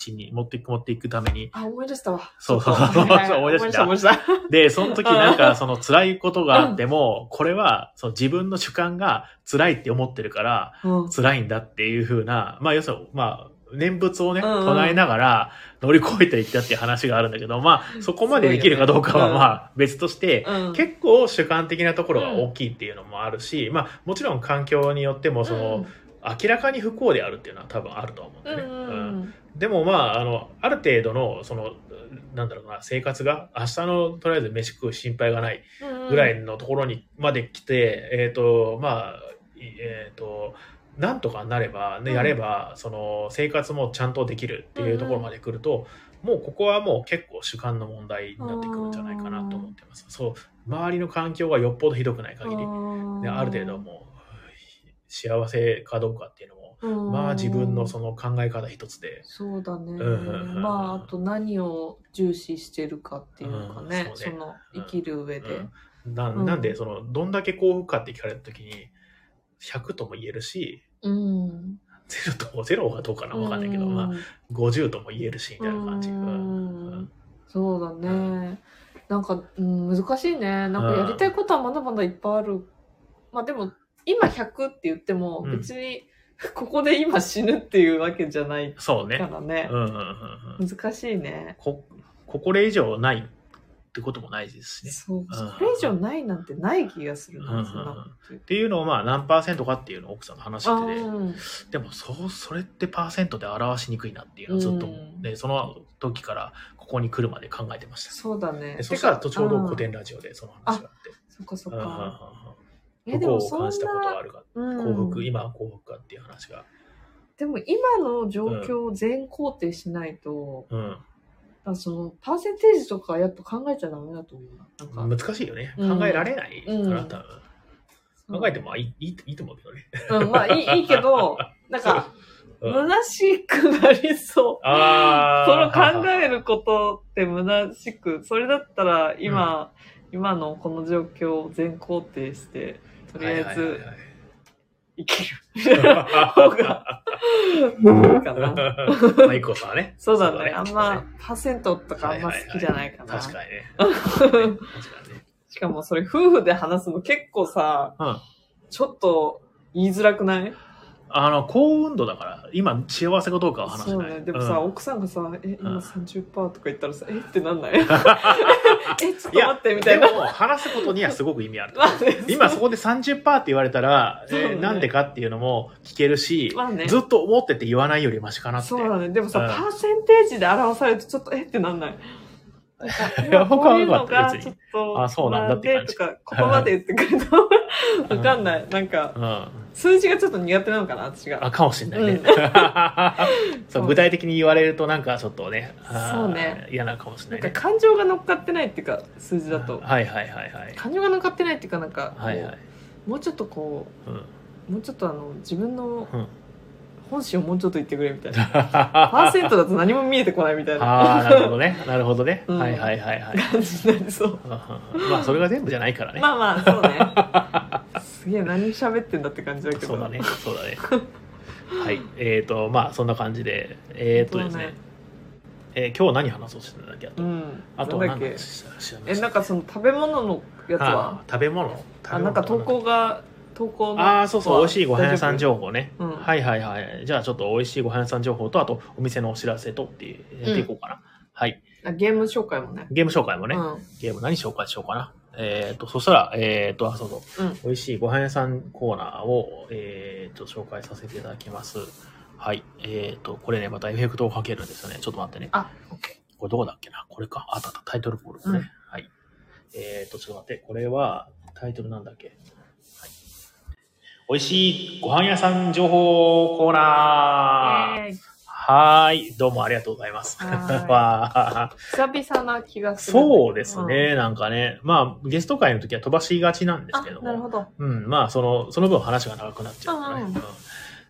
Speaker 1: ちに、持っていく、持っていくために。
Speaker 2: あ、思い出したわ。
Speaker 1: そうそうそう
Speaker 2: ちょっとはいはい
Speaker 1: 思い出した
Speaker 2: 思い出した。
Speaker 1: で、その時なんか、その辛いことがあっても、これは、その自分の主観が辛いって思ってるから、
Speaker 2: うん
Speaker 1: 辛いんだっていう風な、まあ要するに、まあ、念仏をね、
Speaker 2: うんうん
Speaker 1: 唱えながら乗り越えていったっていう話があるんだけど、まあ、そこまでできるかどうか
Speaker 2: すごいよ
Speaker 1: は
Speaker 2: ね
Speaker 1: まあ別として、
Speaker 2: うん
Speaker 1: 結構主観的なところが大きいっていうのもあるし、まあもちろん環境によっても、その、明らかに不幸であるっていうのは多分あると思うん
Speaker 2: う
Speaker 1: だよ
Speaker 2: んう
Speaker 1: ね。
Speaker 2: んう
Speaker 1: うん
Speaker 2: ん
Speaker 1: でもまあ、あの、ある程度の、その、なんだろうな、生活が、明日のとりあえず飯食う心配がない
Speaker 2: うん
Speaker 1: ぐらいのところにまで来て、えっ、と、まあ、いえっ、と、なんとかなれば、ね、
Speaker 2: うん
Speaker 1: やれば、その、生活もちゃんとできるっていうところまで来ると、もうここはもう結構主観の問題になってくるんじゃないかなと思ってます。そう、周りの環境がよっぽどひどくない限り、ね、ある程度、もう、幸せかどうかっていうのも、
Speaker 2: うん
Speaker 1: まあ自分のその考え方一つで、
Speaker 2: そうだね、
Speaker 1: うんうんうん
Speaker 2: まああと何を重視してるかっていうかね,、
Speaker 1: うん
Speaker 2: そ
Speaker 1: そうね
Speaker 2: の生きる上で、
Speaker 1: うんな
Speaker 2: うん
Speaker 1: なんでそのどんだけ幸福かって聞かれた時に100とも言えるし
Speaker 2: うん、
Speaker 1: 0とも0はどうかなわかんないけど、まあ、50とも言えるしみたいな感じ、
Speaker 2: うん
Speaker 1: うん
Speaker 2: そうだね、
Speaker 1: うん
Speaker 2: なんか、うん、難しいねなんかやりたいことはまだまだいっぱいある、まあでも今100って言っても
Speaker 1: うん
Speaker 2: 別に ここで今死ぬっていうわけじゃない
Speaker 1: そう
Speaker 2: か
Speaker 1: ね、
Speaker 2: らね
Speaker 1: うん、うんうんうん、
Speaker 2: 難しいね
Speaker 1: こここれ以上ないってこともないですしね
Speaker 2: そう
Speaker 1: うん
Speaker 2: それ以上ないなんてない気がするな、
Speaker 1: うん
Speaker 2: そんなこと言う
Speaker 1: っていうのをまあ何パーセントかっていうのを奥さんの話してて、
Speaker 2: うん
Speaker 1: でもそうそれってパーセントで表しにくいなっていうのをずっと、
Speaker 2: うん
Speaker 1: ね、その時からここに来るまで考えてました
Speaker 2: そうだね
Speaker 1: でそしたら途中の古
Speaker 2: で
Speaker 1: 典ラジオでその話があって
Speaker 2: そっかそっ
Speaker 1: うんうんうん
Speaker 2: か。
Speaker 1: うん
Speaker 2: え、
Speaker 1: 不
Speaker 2: で
Speaker 1: 幸
Speaker 2: も
Speaker 1: を
Speaker 2: そんな
Speaker 1: 感じたことがあるか、幸
Speaker 2: う
Speaker 1: 福、
Speaker 2: ん
Speaker 1: 今は幸福かっていう話が。
Speaker 2: でも今の状況を全肯定しないと、
Speaker 1: うん。
Speaker 2: あそのパーセンテージとかやっぱ考えちゃダメだと思うな。なんか、
Speaker 1: 難しいよね。
Speaker 2: うん
Speaker 1: 考えられないから、
Speaker 2: うん
Speaker 1: 多分。
Speaker 2: そう
Speaker 1: 考えてもいいいいいいと思うけどね。
Speaker 2: うん、まあいいいい けど、なんか、
Speaker 1: うん
Speaker 2: 虚しくなりそう。
Speaker 1: あ
Speaker 2: その
Speaker 1: ー
Speaker 2: 考えることって虚しく、それだったら今、今のこの状況を全肯定して、とりあえず 生きる。方が、い いかな。
Speaker 1: マイコさんはね。
Speaker 2: そうだ
Speaker 1: そうだ
Speaker 2: ね。
Speaker 1: ね
Speaker 2: あんま、パーセントとかあんま好きじゃないかな。
Speaker 1: 確かにね。確かにね。
Speaker 2: しかもそれ夫婦で話すの結構さ、
Speaker 1: うん
Speaker 2: ちょっと言いづらくない
Speaker 1: あの、幸運度だから、今、幸せかどうかは話せ
Speaker 2: そう
Speaker 1: ない。
Speaker 2: ね。でもさ、
Speaker 1: うん
Speaker 2: 奥さんがさ、え、
Speaker 1: う
Speaker 2: 今
Speaker 1: ん
Speaker 2: 30%とか言ったらさ、えっ てなんないえ、ちょっと待ってみた
Speaker 1: で
Speaker 2: いな。
Speaker 1: も、話すことにはすごく意味ある。
Speaker 2: まあね
Speaker 1: 今
Speaker 2: そ
Speaker 1: そこで30%って言われたら、え
Speaker 2: そうだね
Speaker 1: ーなんでかっていうのも聞けるし、
Speaker 2: まあね
Speaker 1: ずっと思ってて言わないよりマシかな
Speaker 2: う
Speaker 1: って。
Speaker 2: そうだね。でもさ、
Speaker 1: うん
Speaker 2: パーセンテージで表されるとちょっと、えってなんない
Speaker 1: いや
Speaker 2: こういうの
Speaker 1: 僕は良かった
Speaker 2: が
Speaker 1: 別
Speaker 2: ちょ
Speaker 1: に
Speaker 2: っと、
Speaker 1: あそうなんだって感じ
Speaker 2: んでとか、ここまで言ってくれたわかんない。なんか、
Speaker 1: うん。
Speaker 2: 数字がちょっと苦手なのかな、私が
Speaker 1: あ、。かもしんないね。
Speaker 2: う
Speaker 1: そう具体的に言われるとなんかちょっとね、あー
Speaker 2: そうね
Speaker 1: 嫌なのかもしん
Speaker 2: な
Speaker 1: なんい
Speaker 2: か
Speaker 1: ね。
Speaker 2: 感情が乗っかってないっていうか、数字だと。
Speaker 1: はいはいはいはい。
Speaker 2: 感情が乗っかってないっていうかなんか、
Speaker 1: はいはい。
Speaker 2: もうちょっとこ
Speaker 1: うん
Speaker 2: うもうちょっとあの自分の
Speaker 1: うん
Speaker 2: 本心をもうちょっと言ってくれみたいなパ
Speaker 1: あ
Speaker 2: ーセントだと何も見えてこないみたいな
Speaker 1: あ、なるほどね。なるほどね。
Speaker 2: うん
Speaker 1: はいはいはいはい。
Speaker 2: 感じになりそう
Speaker 1: うんうんまあ、それが全部じゃないからね。
Speaker 2: まあまあそうねすげえ何喋ってんだって感じだけど
Speaker 1: そうだね。そうだね。はい。えっ、と、まあ、そんな感じで。えっ、とですね。
Speaker 2: そうね
Speaker 1: えー今日何話そうしてたんだっけあと,、
Speaker 2: うん
Speaker 1: あとは
Speaker 2: なんだっ
Speaker 1: 何
Speaker 2: け
Speaker 1: だした知らない
Speaker 2: えなんかその食べ物のやつ
Speaker 1: あ
Speaker 2: は
Speaker 1: ー食べ物食べ
Speaker 2: あ
Speaker 1: 物
Speaker 2: なんか投稿が投稿の
Speaker 1: ああそうそう美味しいご飯屋さん
Speaker 2: 夫
Speaker 1: 情報ね、
Speaker 2: うん
Speaker 1: はいはいはいじゃあちょっと美味しいご飯屋さん情報とあとお店のお知らせとっていうやっていこうかな、はい
Speaker 2: あゲーム紹介もね
Speaker 1: ゲーム紹介もね、
Speaker 2: うん
Speaker 1: ゲーム何紹介しようかなえっ、とそしたらえっ、とあそうそう、
Speaker 2: うん
Speaker 1: 美味しいご飯屋さんコーナーをえっ、と紹介させていただきますはいえっ、とこれねまたエフェクトをかけるんですよねちょっと待ってね
Speaker 2: あオッケ
Speaker 1: これどこだっけなこれか。ああったあった。タイトルコールですね。
Speaker 2: うん
Speaker 1: はい。えっ、ー、と、ちょっと待って。これは、タイトルなんだっけ、はい、美味しいご飯屋さん情報コーナー
Speaker 2: ーイエーイ
Speaker 1: はーい。どうもありがとうございます。
Speaker 2: はー い
Speaker 1: わー
Speaker 2: 久々な気がする
Speaker 1: そうですね、なんかね。まあ、ゲスト会の時は飛ばしがちなんで
Speaker 2: うんあ
Speaker 1: すけども。
Speaker 2: なるほど
Speaker 1: うん。まあ、その、その分話が長くなっちゃうからね。
Speaker 2: うんうん
Speaker 1: うん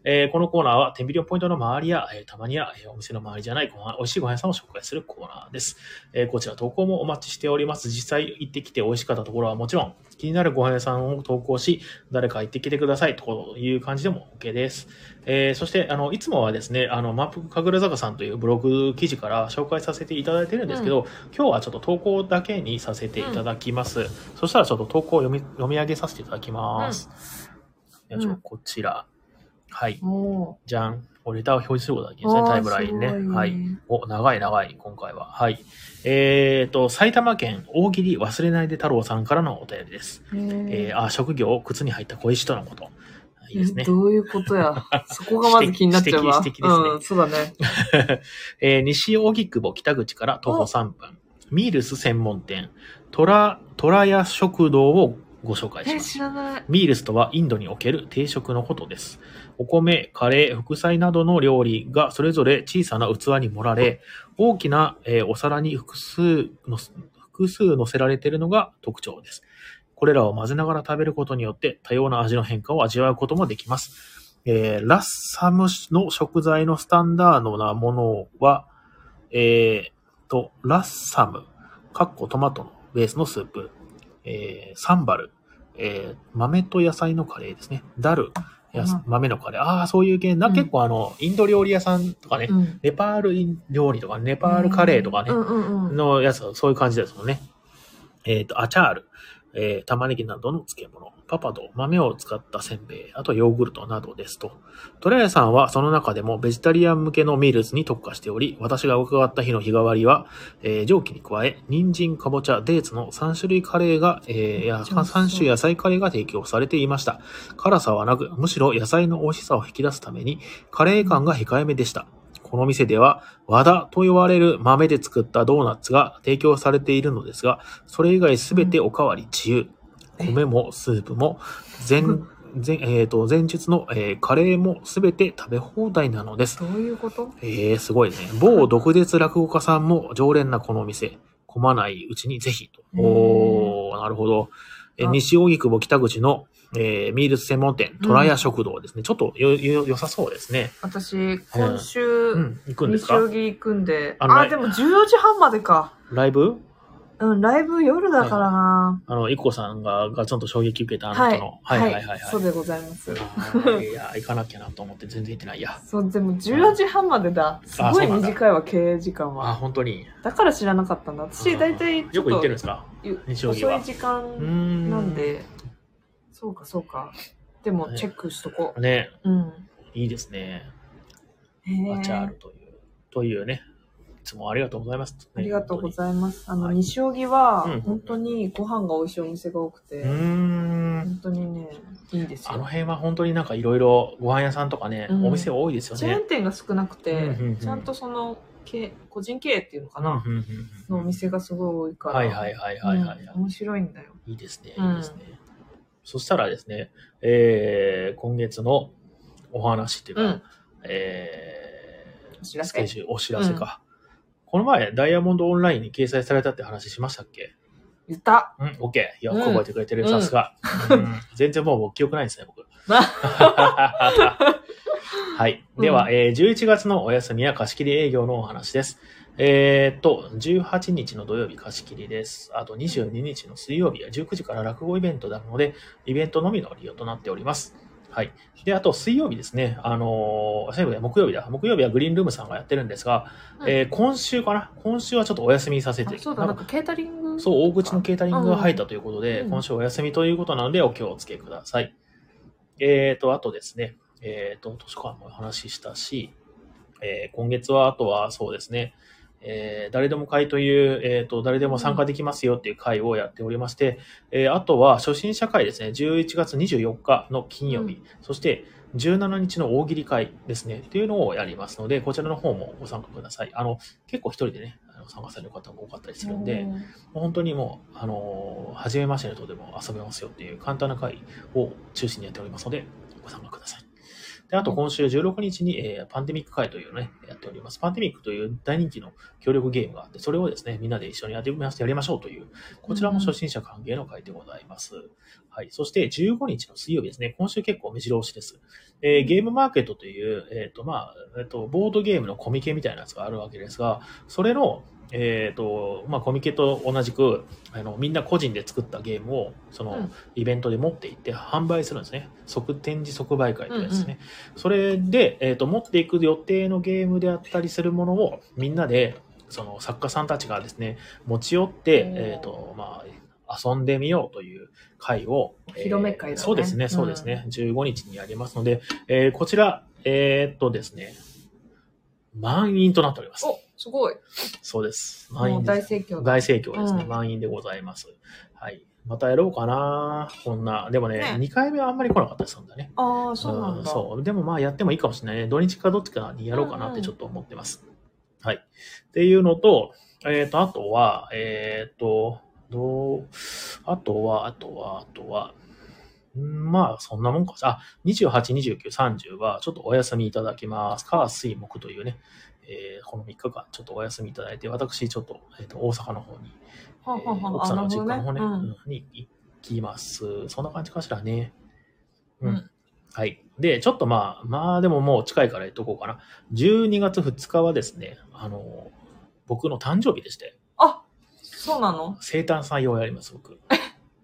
Speaker 1: えーこのコーナーは、天秤のポイントの周りや、えーたまには、えーお店の周りじゃないご飯、美味しいご飯屋さんを紹介するコーナーです。えーこちら投稿もお待ちしております。実際行ってきて美味しかったところはもちろん、気になるご飯屋さんを投稿し、誰か行ってきてくださいという感じでも OK です。えーそして、あの、いつもはですね、あの、マップ神楽坂さんというブログ記事から紹介させていただいてるんですけど、今日はちょっと投稿だけにさせていただきます。そしたらちょっと投稿を読み読み上げさせていただきます。
Speaker 2: ん
Speaker 1: よいしょ、こちら。はい。
Speaker 2: も
Speaker 1: じゃん。これレターを表示することができ
Speaker 2: う
Speaker 1: るんですね、
Speaker 2: あー
Speaker 1: タイムラインね。
Speaker 2: すごい
Speaker 1: はい。お、長い長い、今回は。はい。えっ、と、埼玉県大喜利忘れないで太郎さんからのお便りです。え
Speaker 2: へ
Speaker 1: ー、あ、職業、靴に入った小石とのこと。いいです
Speaker 2: え
Speaker 1: ね。
Speaker 2: どういうことや。そこがまず気になっちゃうわ。
Speaker 1: 指摘指摘ですね
Speaker 2: うん、そうだね。
Speaker 1: えー西荻窪北口から徒歩3分。ミールス専門店、トラ、トラヤ食堂をご紹介し
Speaker 2: え、
Speaker 1: ます。
Speaker 2: 知らない。
Speaker 1: ミールスとはインドにおける定食のことです。お米、カレー、副菜などの料理がそれぞれ小さな器に盛られ、大きな、えーお皿に複数のす、複数乗せられているのが特徴です。これらを混ぜながら食べることによって多様な味の変化を味わうこともできます。えーラッサムの食材のスタンダードなものは、えーと、ラッサム、かっこトマトのベースのスープ、えーサンバル、えー豆と野菜のカレーですね。ダル、やす
Speaker 2: うん
Speaker 1: 豆のカレー。ああ、そういう系な、
Speaker 2: うん
Speaker 1: 結構あの、インド料理屋さんとかね、
Speaker 2: うん。
Speaker 1: ネパールイン料理とか、ネパールカレーとかね、
Speaker 2: うんうんうん。
Speaker 1: のやつはそういう感じですもんね。えっ、と、アチャール、えー玉ねぎなどの漬物、パパと豆を使ったせんべい、あとヨーグルトなどですと。トラヤさんはその中でもベジタリアン向けのミールズに特化しており、私が伺った日の日替わりは、えー蒸気に加え、人参、かぼちゃ、デーツの3種類カレーが、えーや
Speaker 2: めっちゃ美味しそう
Speaker 1: 3種野菜カレーが提供されていました。辛さはなく、むしろ野菜の美味しさを引き出すために、カレー感が控えめでした。この店では、和田と言われる豆で作ったドーナツが提供されているのですが、それ以外すべておかわり自由。
Speaker 2: うん
Speaker 1: 米もスープも、前
Speaker 2: うん、
Speaker 1: 前、えっ、と、前日の、えーカレーもすべて食べ放題なのです。
Speaker 2: どういうこと
Speaker 1: えー、すごいね。某毒舌落語家さんも常連なこの店。混まないうちにぜひと。
Speaker 2: へー
Speaker 1: おー、なるほど。え
Speaker 2: あ
Speaker 1: 西荻窪北口の、えーミールス専門店、虎屋食堂ですね。ちょっとよ、よ、良さそうですね。
Speaker 2: 私、今週、
Speaker 1: うん、行くんです
Speaker 2: 西
Speaker 1: か
Speaker 2: 荻行くんで。
Speaker 1: あの
Speaker 2: あ、
Speaker 1: ね
Speaker 2: でも14時半までか。
Speaker 1: ライブ
Speaker 2: うん、ライブ夜だからな。
Speaker 1: あの、いっこさんがガツンと衝撃受けたあの
Speaker 2: は
Speaker 1: 人
Speaker 2: い
Speaker 1: の。。はいはいはいはい。
Speaker 2: そうでございます。
Speaker 1: はいいや、行かなきゃなと思って全然行ってないや。
Speaker 2: そう、でも14時半までだ。す
Speaker 1: あ
Speaker 2: ご
Speaker 1: そ
Speaker 2: いう
Speaker 1: なんだ
Speaker 2: 短いわ、経営時間
Speaker 1: あ、
Speaker 2: は。
Speaker 1: 本当に。
Speaker 2: だから知らなかったんだ。私、大体
Speaker 1: うん
Speaker 2: ち
Speaker 1: よ
Speaker 2: ょっ
Speaker 1: く
Speaker 2: と
Speaker 1: 行ってるんですか
Speaker 2: ゆ
Speaker 1: 日曜日
Speaker 2: 遅
Speaker 1: はい
Speaker 2: 時
Speaker 1: うー
Speaker 2: 間
Speaker 1: ん。
Speaker 2: なん。で、そうか、そうか。でも、チェックしとこ
Speaker 1: ね、
Speaker 2: う。うん。
Speaker 1: いいですね。
Speaker 2: へえ
Speaker 1: アチャールという。というね。いつもありがとうございます、
Speaker 2: ありがとうご
Speaker 1: い
Speaker 2: ざいます。あの、
Speaker 1: はい
Speaker 2: 西荻は
Speaker 1: うん、
Speaker 2: 本当にご飯が美味しいお店が多くて、
Speaker 1: うーん。
Speaker 2: 本当にね、いいんです
Speaker 1: あ
Speaker 2: よ
Speaker 1: の。辺は本当になんかいろいろご飯屋さんとかね、
Speaker 2: うん
Speaker 1: お店多いですよ
Speaker 2: チェー
Speaker 1: ね
Speaker 2: ン。店が少なくて、
Speaker 1: うんうんうん
Speaker 2: ちゃんとそのけ個人経営っていうのかな、
Speaker 1: うんうんうん
Speaker 2: のお店がすごい多いから、
Speaker 1: はいはいはいはいはい。
Speaker 2: うん面白いんだよ。
Speaker 1: いいですね、い
Speaker 2: う
Speaker 1: い
Speaker 2: ん
Speaker 1: ですね。そしたらですね、えー今月のお話っていうか、
Speaker 2: うん
Speaker 1: え
Speaker 2: お知
Speaker 1: ー
Speaker 2: ら
Speaker 1: スケ
Speaker 2: せ。
Speaker 1: ジュール、お知らせか。この前、ダイヤモンドオンラインに掲載されたって話しましたっけ
Speaker 2: 言った
Speaker 1: うん、OK。いや、
Speaker 2: うん
Speaker 1: 覚えてくれてる、さすが。うん全然もう記憶ないですね、 僕。
Speaker 2: な
Speaker 1: はい。では、
Speaker 2: う
Speaker 1: えー11月のお休みや貸し切り営業のお話です。えーっと、18日の土曜日貸し切りです。あと22日の水曜日は19時から落語イベントなので、イベントのみの利用となっております。はい。で、あと水曜日ですね。あのー最後で木曜日だ。木曜日はグリーンルームさんがやってるんですが、
Speaker 2: うん
Speaker 1: えー今週かな今週はちょっとお休みさせて
Speaker 2: あそうだ、なんかケータリング。
Speaker 1: そう、大口のケータリングが入ったということで、
Speaker 2: うん
Speaker 1: 今週お休みということなので、お気をつけください。えーと、あとですね、えーと、図書館もお話ししたし、えー今月は、あとはそうですね、えー誰でも会という、えーと、誰でも参加できますよっていう会をやっておりまして、えーあとは初心者会ですね、11月24日の金曜日、
Speaker 2: う
Speaker 1: そして17日の大喜利会ですね、というのをやりますので、こちらの方もご参加ください。あの、結構一人でね、あの参加される方も多かったりするんで、
Speaker 2: うん
Speaker 1: もう本当にもう、あのー初めましての人でも遊べますよっていう簡単な会を中心にやっておりますので、ご参加ください。で、あと今週16日に、えーパンデミック会というのをね、やっております。パンデミックという大人気の協力ゲームがあって、それをですね、みんなで一緒にやってみまやりましょうという、こちらも初心者歓迎の会でございます。はい。そして15日の水曜日ですね、今週結構目白押しです。えーゲームマーケットという、えっ、と、まあ、えっ、と、ボードゲームのコミケみたいなやつがあるわけですが、それの、えっ、と、まあ、コミケと同じく、あの、みんな個人で作ったゲームを、その、
Speaker 2: うん
Speaker 1: イベントで持って行って販売するんですね。即展示即売会というやつですね。それで、えっ、と、持っていく予定のゲームであったりするものを、みんなで、その作家さんたちがですね、持ち寄って、
Speaker 2: おー
Speaker 1: えっ、と、まあ、遊んでみようという会を。
Speaker 2: お披露目会
Speaker 1: えー
Speaker 2: だね
Speaker 1: そうですね、そうですね。15日にやりますので、えーこちら、えーっとですね、満員となっております。
Speaker 2: お、すごい。
Speaker 1: そうです。満員
Speaker 2: もう
Speaker 1: です
Speaker 2: 大盛況だ。
Speaker 1: 大盛況ですね、
Speaker 2: うん
Speaker 1: 満員でございます。はい。またやろうかな、こんな。でもね、
Speaker 2: ね
Speaker 1: 2回目はあんまり来なかったりするんだね。
Speaker 2: ああ、そうなんだ。
Speaker 1: そう。でもまあやってもいいかもしれないね。土日かどっちかにやろうかなっ
Speaker 2: うんう
Speaker 1: て
Speaker 2: ん
Speaker 1: ちょっと思ってます。はい。っていうのと、えっ、と、あとは、えっ、と、どう、あとは、あとは、あとは、んまあ、そんなもんか。あ、28、29、30は、ちょっとお休みいただきます。火、水、木というね、えーこの3日間、ちょっとお休みいただいて、私、ちょっと、えっ、と、大阪の方に
Speaker 2: は
Speaker 1: えー
Speaker 2: はは
Speaker 1: 奥さんの実家の方ね、
Speaker 2: あなる
Speaker 1: う
Speaker 2: ほどね
Speaker 1: んに行きます。そんな感じかしらね。うん。
Speaker 2: うん
Speaker 1: はい。で、ちょっとまあ、まあでももう近いから言っとこうかな。12月2日はですね、あの、僕の誕生日でして、
Speaker 2: あ、そうなの
Speaker 1: 生誕祭をやります、僕。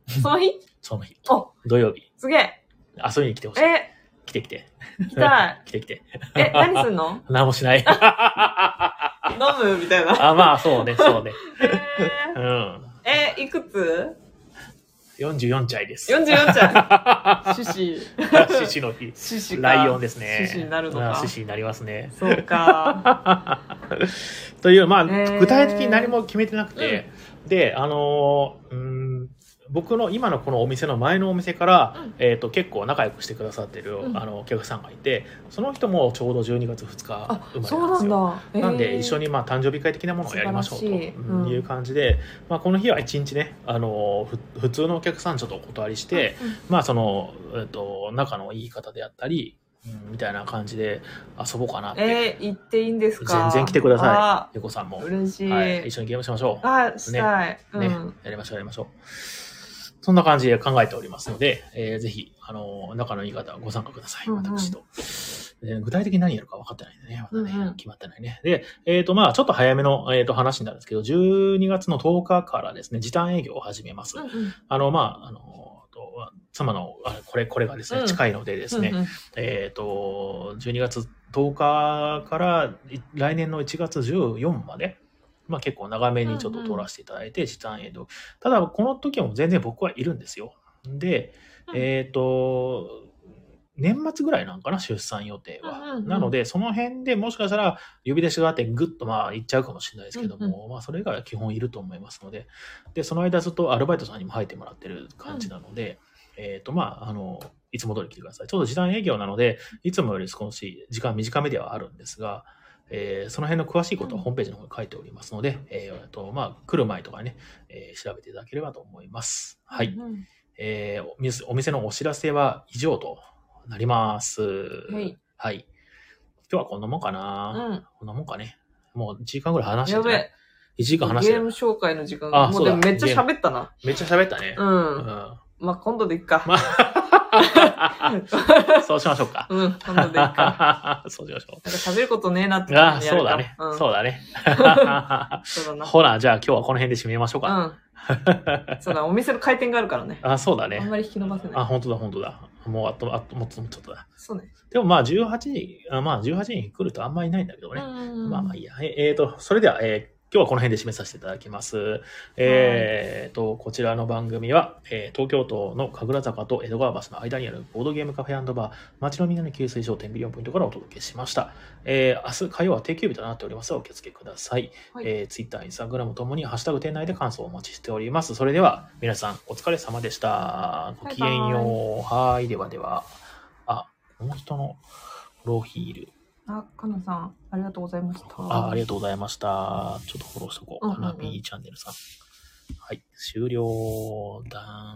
Speaker 2: その日
Speaker 1: その日。
Speaker 2: お
Speaker 1: 土曜日。
Speaker 2: すげえ。
Speaker 1: 遊びに来てほしい。
Speaker 2: え、
Speaker 1: 来て来て。
Speaker 2: 行きたい。
Speaker 1: 来て来て。
Speaker 2: え、何す んの
Speaker 1: 何もしない。あ、
Speaker 2: 飲むみたいな。
Speaker 1: まあ、そうね、そうね。う
Speaker 2: え
Speaker 1: ん。
Speaker 2: ー、え、いくつ
Speaker 1: 44歳です。
Speaker 2: ?44 ちゃ ん。獅子。
Speaker 1: 獅子の日。
Speaker 2: 獅子か
Speaker 1: ライオンですね。
Speaker 2: 獅子になるのか
Speaker 1: うん獅子になりますね。
Speaker 2: そ うか。
Speaker 1: という、まあ、
Speaker 2: えー
Speaker 1: 具体的に何も決めてなくて、で、あのーうーん、僕の今のこのお店の前のお店から、
Speaker 2: うん
Speaker 1: えっ、と、結構仲良くしてくださってる、
Speaker 2: うん
Speaker 1: あの、お客さんがいて、その人もちょうど12月2日生
Speaker 2: あ
Speaker 1: まれなんですよ。
Speaker 2: そうなんだ。えー
Speaker 1: なんで一緒。にまあ誕生日会的なものをやりましょうと
Speaker 2: 素晴らしいうん
Speaker 1: いう感じで、まあ、この日は一日ね、あのーふ普通のお客さんちょっとお断りして、まあその、えっと、仲のいい方であったり、うんみたいな感じで遊ぼうかなって。
Speaker 2: えー、行っていいんですか
Speaker 1: 全然来てくださ
Speaker 2: あ
Speaker 1: い。ゆこさんも。
Speaker 2: 嬉しい。
Speaker 1: はい。一緒にゲームしましょ
Speaker 2: あ、したい。
Speaker 1: う。
Speaker 2: う
Speaker 1: ね
Speaker 2: ん。。
Speaker 1: やりましょう、やりましょう。そんな感じで考えておりますので、えーぜひ、あのー仲のいい方はご参加ください。
Speaker 2: うんうん
Speaker 1: 私と。えー具体的に何やるか分かってないんでね。まだね、
Speaker 2: うんうん
Speaker 1: 決まってないね。で、えっ、と、まあちょっと早めの、えー、と話になるんですけど、12月の10日からですね、時短営業を始めます。
Speaker 2: うんうん
Speaker 1: あの、まああのーと妻の、あこれ、これがです
Speaker 2: う
Speaker 1: ね、
Speaker 2: ん
Speaker 1: 近いのでですね、
Speaker 2: うんうん
Speaker 1: えっ、と、12月10日からい来年の1月14まで、まあ結構長めにちょっと取らせていただいて、時短営業。ただ、この時も全然僕はいるんですよ。で
Speaker 2: う、ん
Speaker 1: えっ、と、年末ぐらいなんかな、出産予定は。
Speaker 2: うんうんうん
Speaker 1: なので、その辺でもしかしたら呼び出しがあってぐっとまあ行っちゃうかもしれないですけども、
Speaker 2: うん
Speaker 1: まあそれ以外は基本いると思いますので、で、その間ずっとアルバイトさんにも入ってもらってる感じなので、えっ、と、まあ、あの、いつも通り来てください。ちょっと時短営業なので、いつもより少し時間短めではあるんですが、えーその辺の詳しいことはホームページの方に書いておりますので、えーと、まあ、来る前とかね、えー調べていただければと思います。はい。
Speaker 2: うん
Speaker 1: えーお店お店のお知らせは以上となります。はいはい。今日はこんなもんか
Speaker 2: う
Speaker 1: な、
Speaker 2: ん。
Speaker 1: こんなもんかね。もう1時間ぐらい話して
Speaker 2: や
Speaker 1: る、
Speaker 2: べえ
Speaker 1: ね。。1時間話し
Speaker 2: ゲ
Speaker 1: て
Speaker 2: ーム
Speaker 1: る。
Speaker 2: 紹介の時間
Speaker 1: あ
Speaker 2: も
Speaker 1: そう
Speaker 2: う
Speaker 1: だ
Speaker 2: でもめっちゃ喋ったな。
Speaker 1: めっちゃ喋ったね。
Speaker 2: う。
Speaker 1: うん
Speaker 2: まあ今度でいっか。
Speaker 1: んそうしましょうか。
Speaker 2: うん、今度でいっか。
Speaker 1: そうしましょう。
Speaker 2: なんか喋ることねえなって
Speaker 1: ああ、
Speaker 2: やる
Speaker 1: そう
Speaker 2: か
Speaker 1: だね。
Speaker 2: ん、
Speaker 1: そうだ ね。
Speaker 2: そうだ
Speaker 1: ほら、じゃあ今日はこの辺で締めましょうか。
Speaker 2: な。 うん。そうだ、お店の回転があるからね。
Speaker 1: あ、そうだ
Speaker 2: あん
Speaker 1: ね。
Speaker 2: まり引き伸ばせ
Speaker 1: あ、
Speaker 2: ない。
Speaker 1: 本当だ、本当だ。もうあと、あと、もっともうちょっとだ。
Speaker 2: そうね。
Speaker 1: でもまあ18時、あまあ18時に来るとあんまりいないんだけどね。まあまあい
Speaker 2: い。
Speaker 1: いや。ええーと、それでは、えー今日はこの辺で締めさせていただきます。えーと、こちらの番組は、えー東京都の神楽坂と江戸川橋の間にあるボードゲームカフェバー、街のみんなの給水所天秤4ポイントからお届けしました。えー明日火曜は定休日となっておりますが、お受け付けください。
Speaker 2: はい
Speaker 1: えー、Twitter、Instagram ともに、ハッシュタグ店内で感想をお待ちしております。それでは、皆さんお疲れ様でした。ごきげんよう。はーい。ではでは、あ、この人のロヒール。
Speaker 2: あ、かなさん、ありがとうございました。
Speaker 1: あありがとうございました。ちょっとフォローしとこう。
Speaker 2: うん
Speaker 1: か
Speaker 2: うんうん
Speaker 1: な、B チャンネルさん。はい、終了だーん。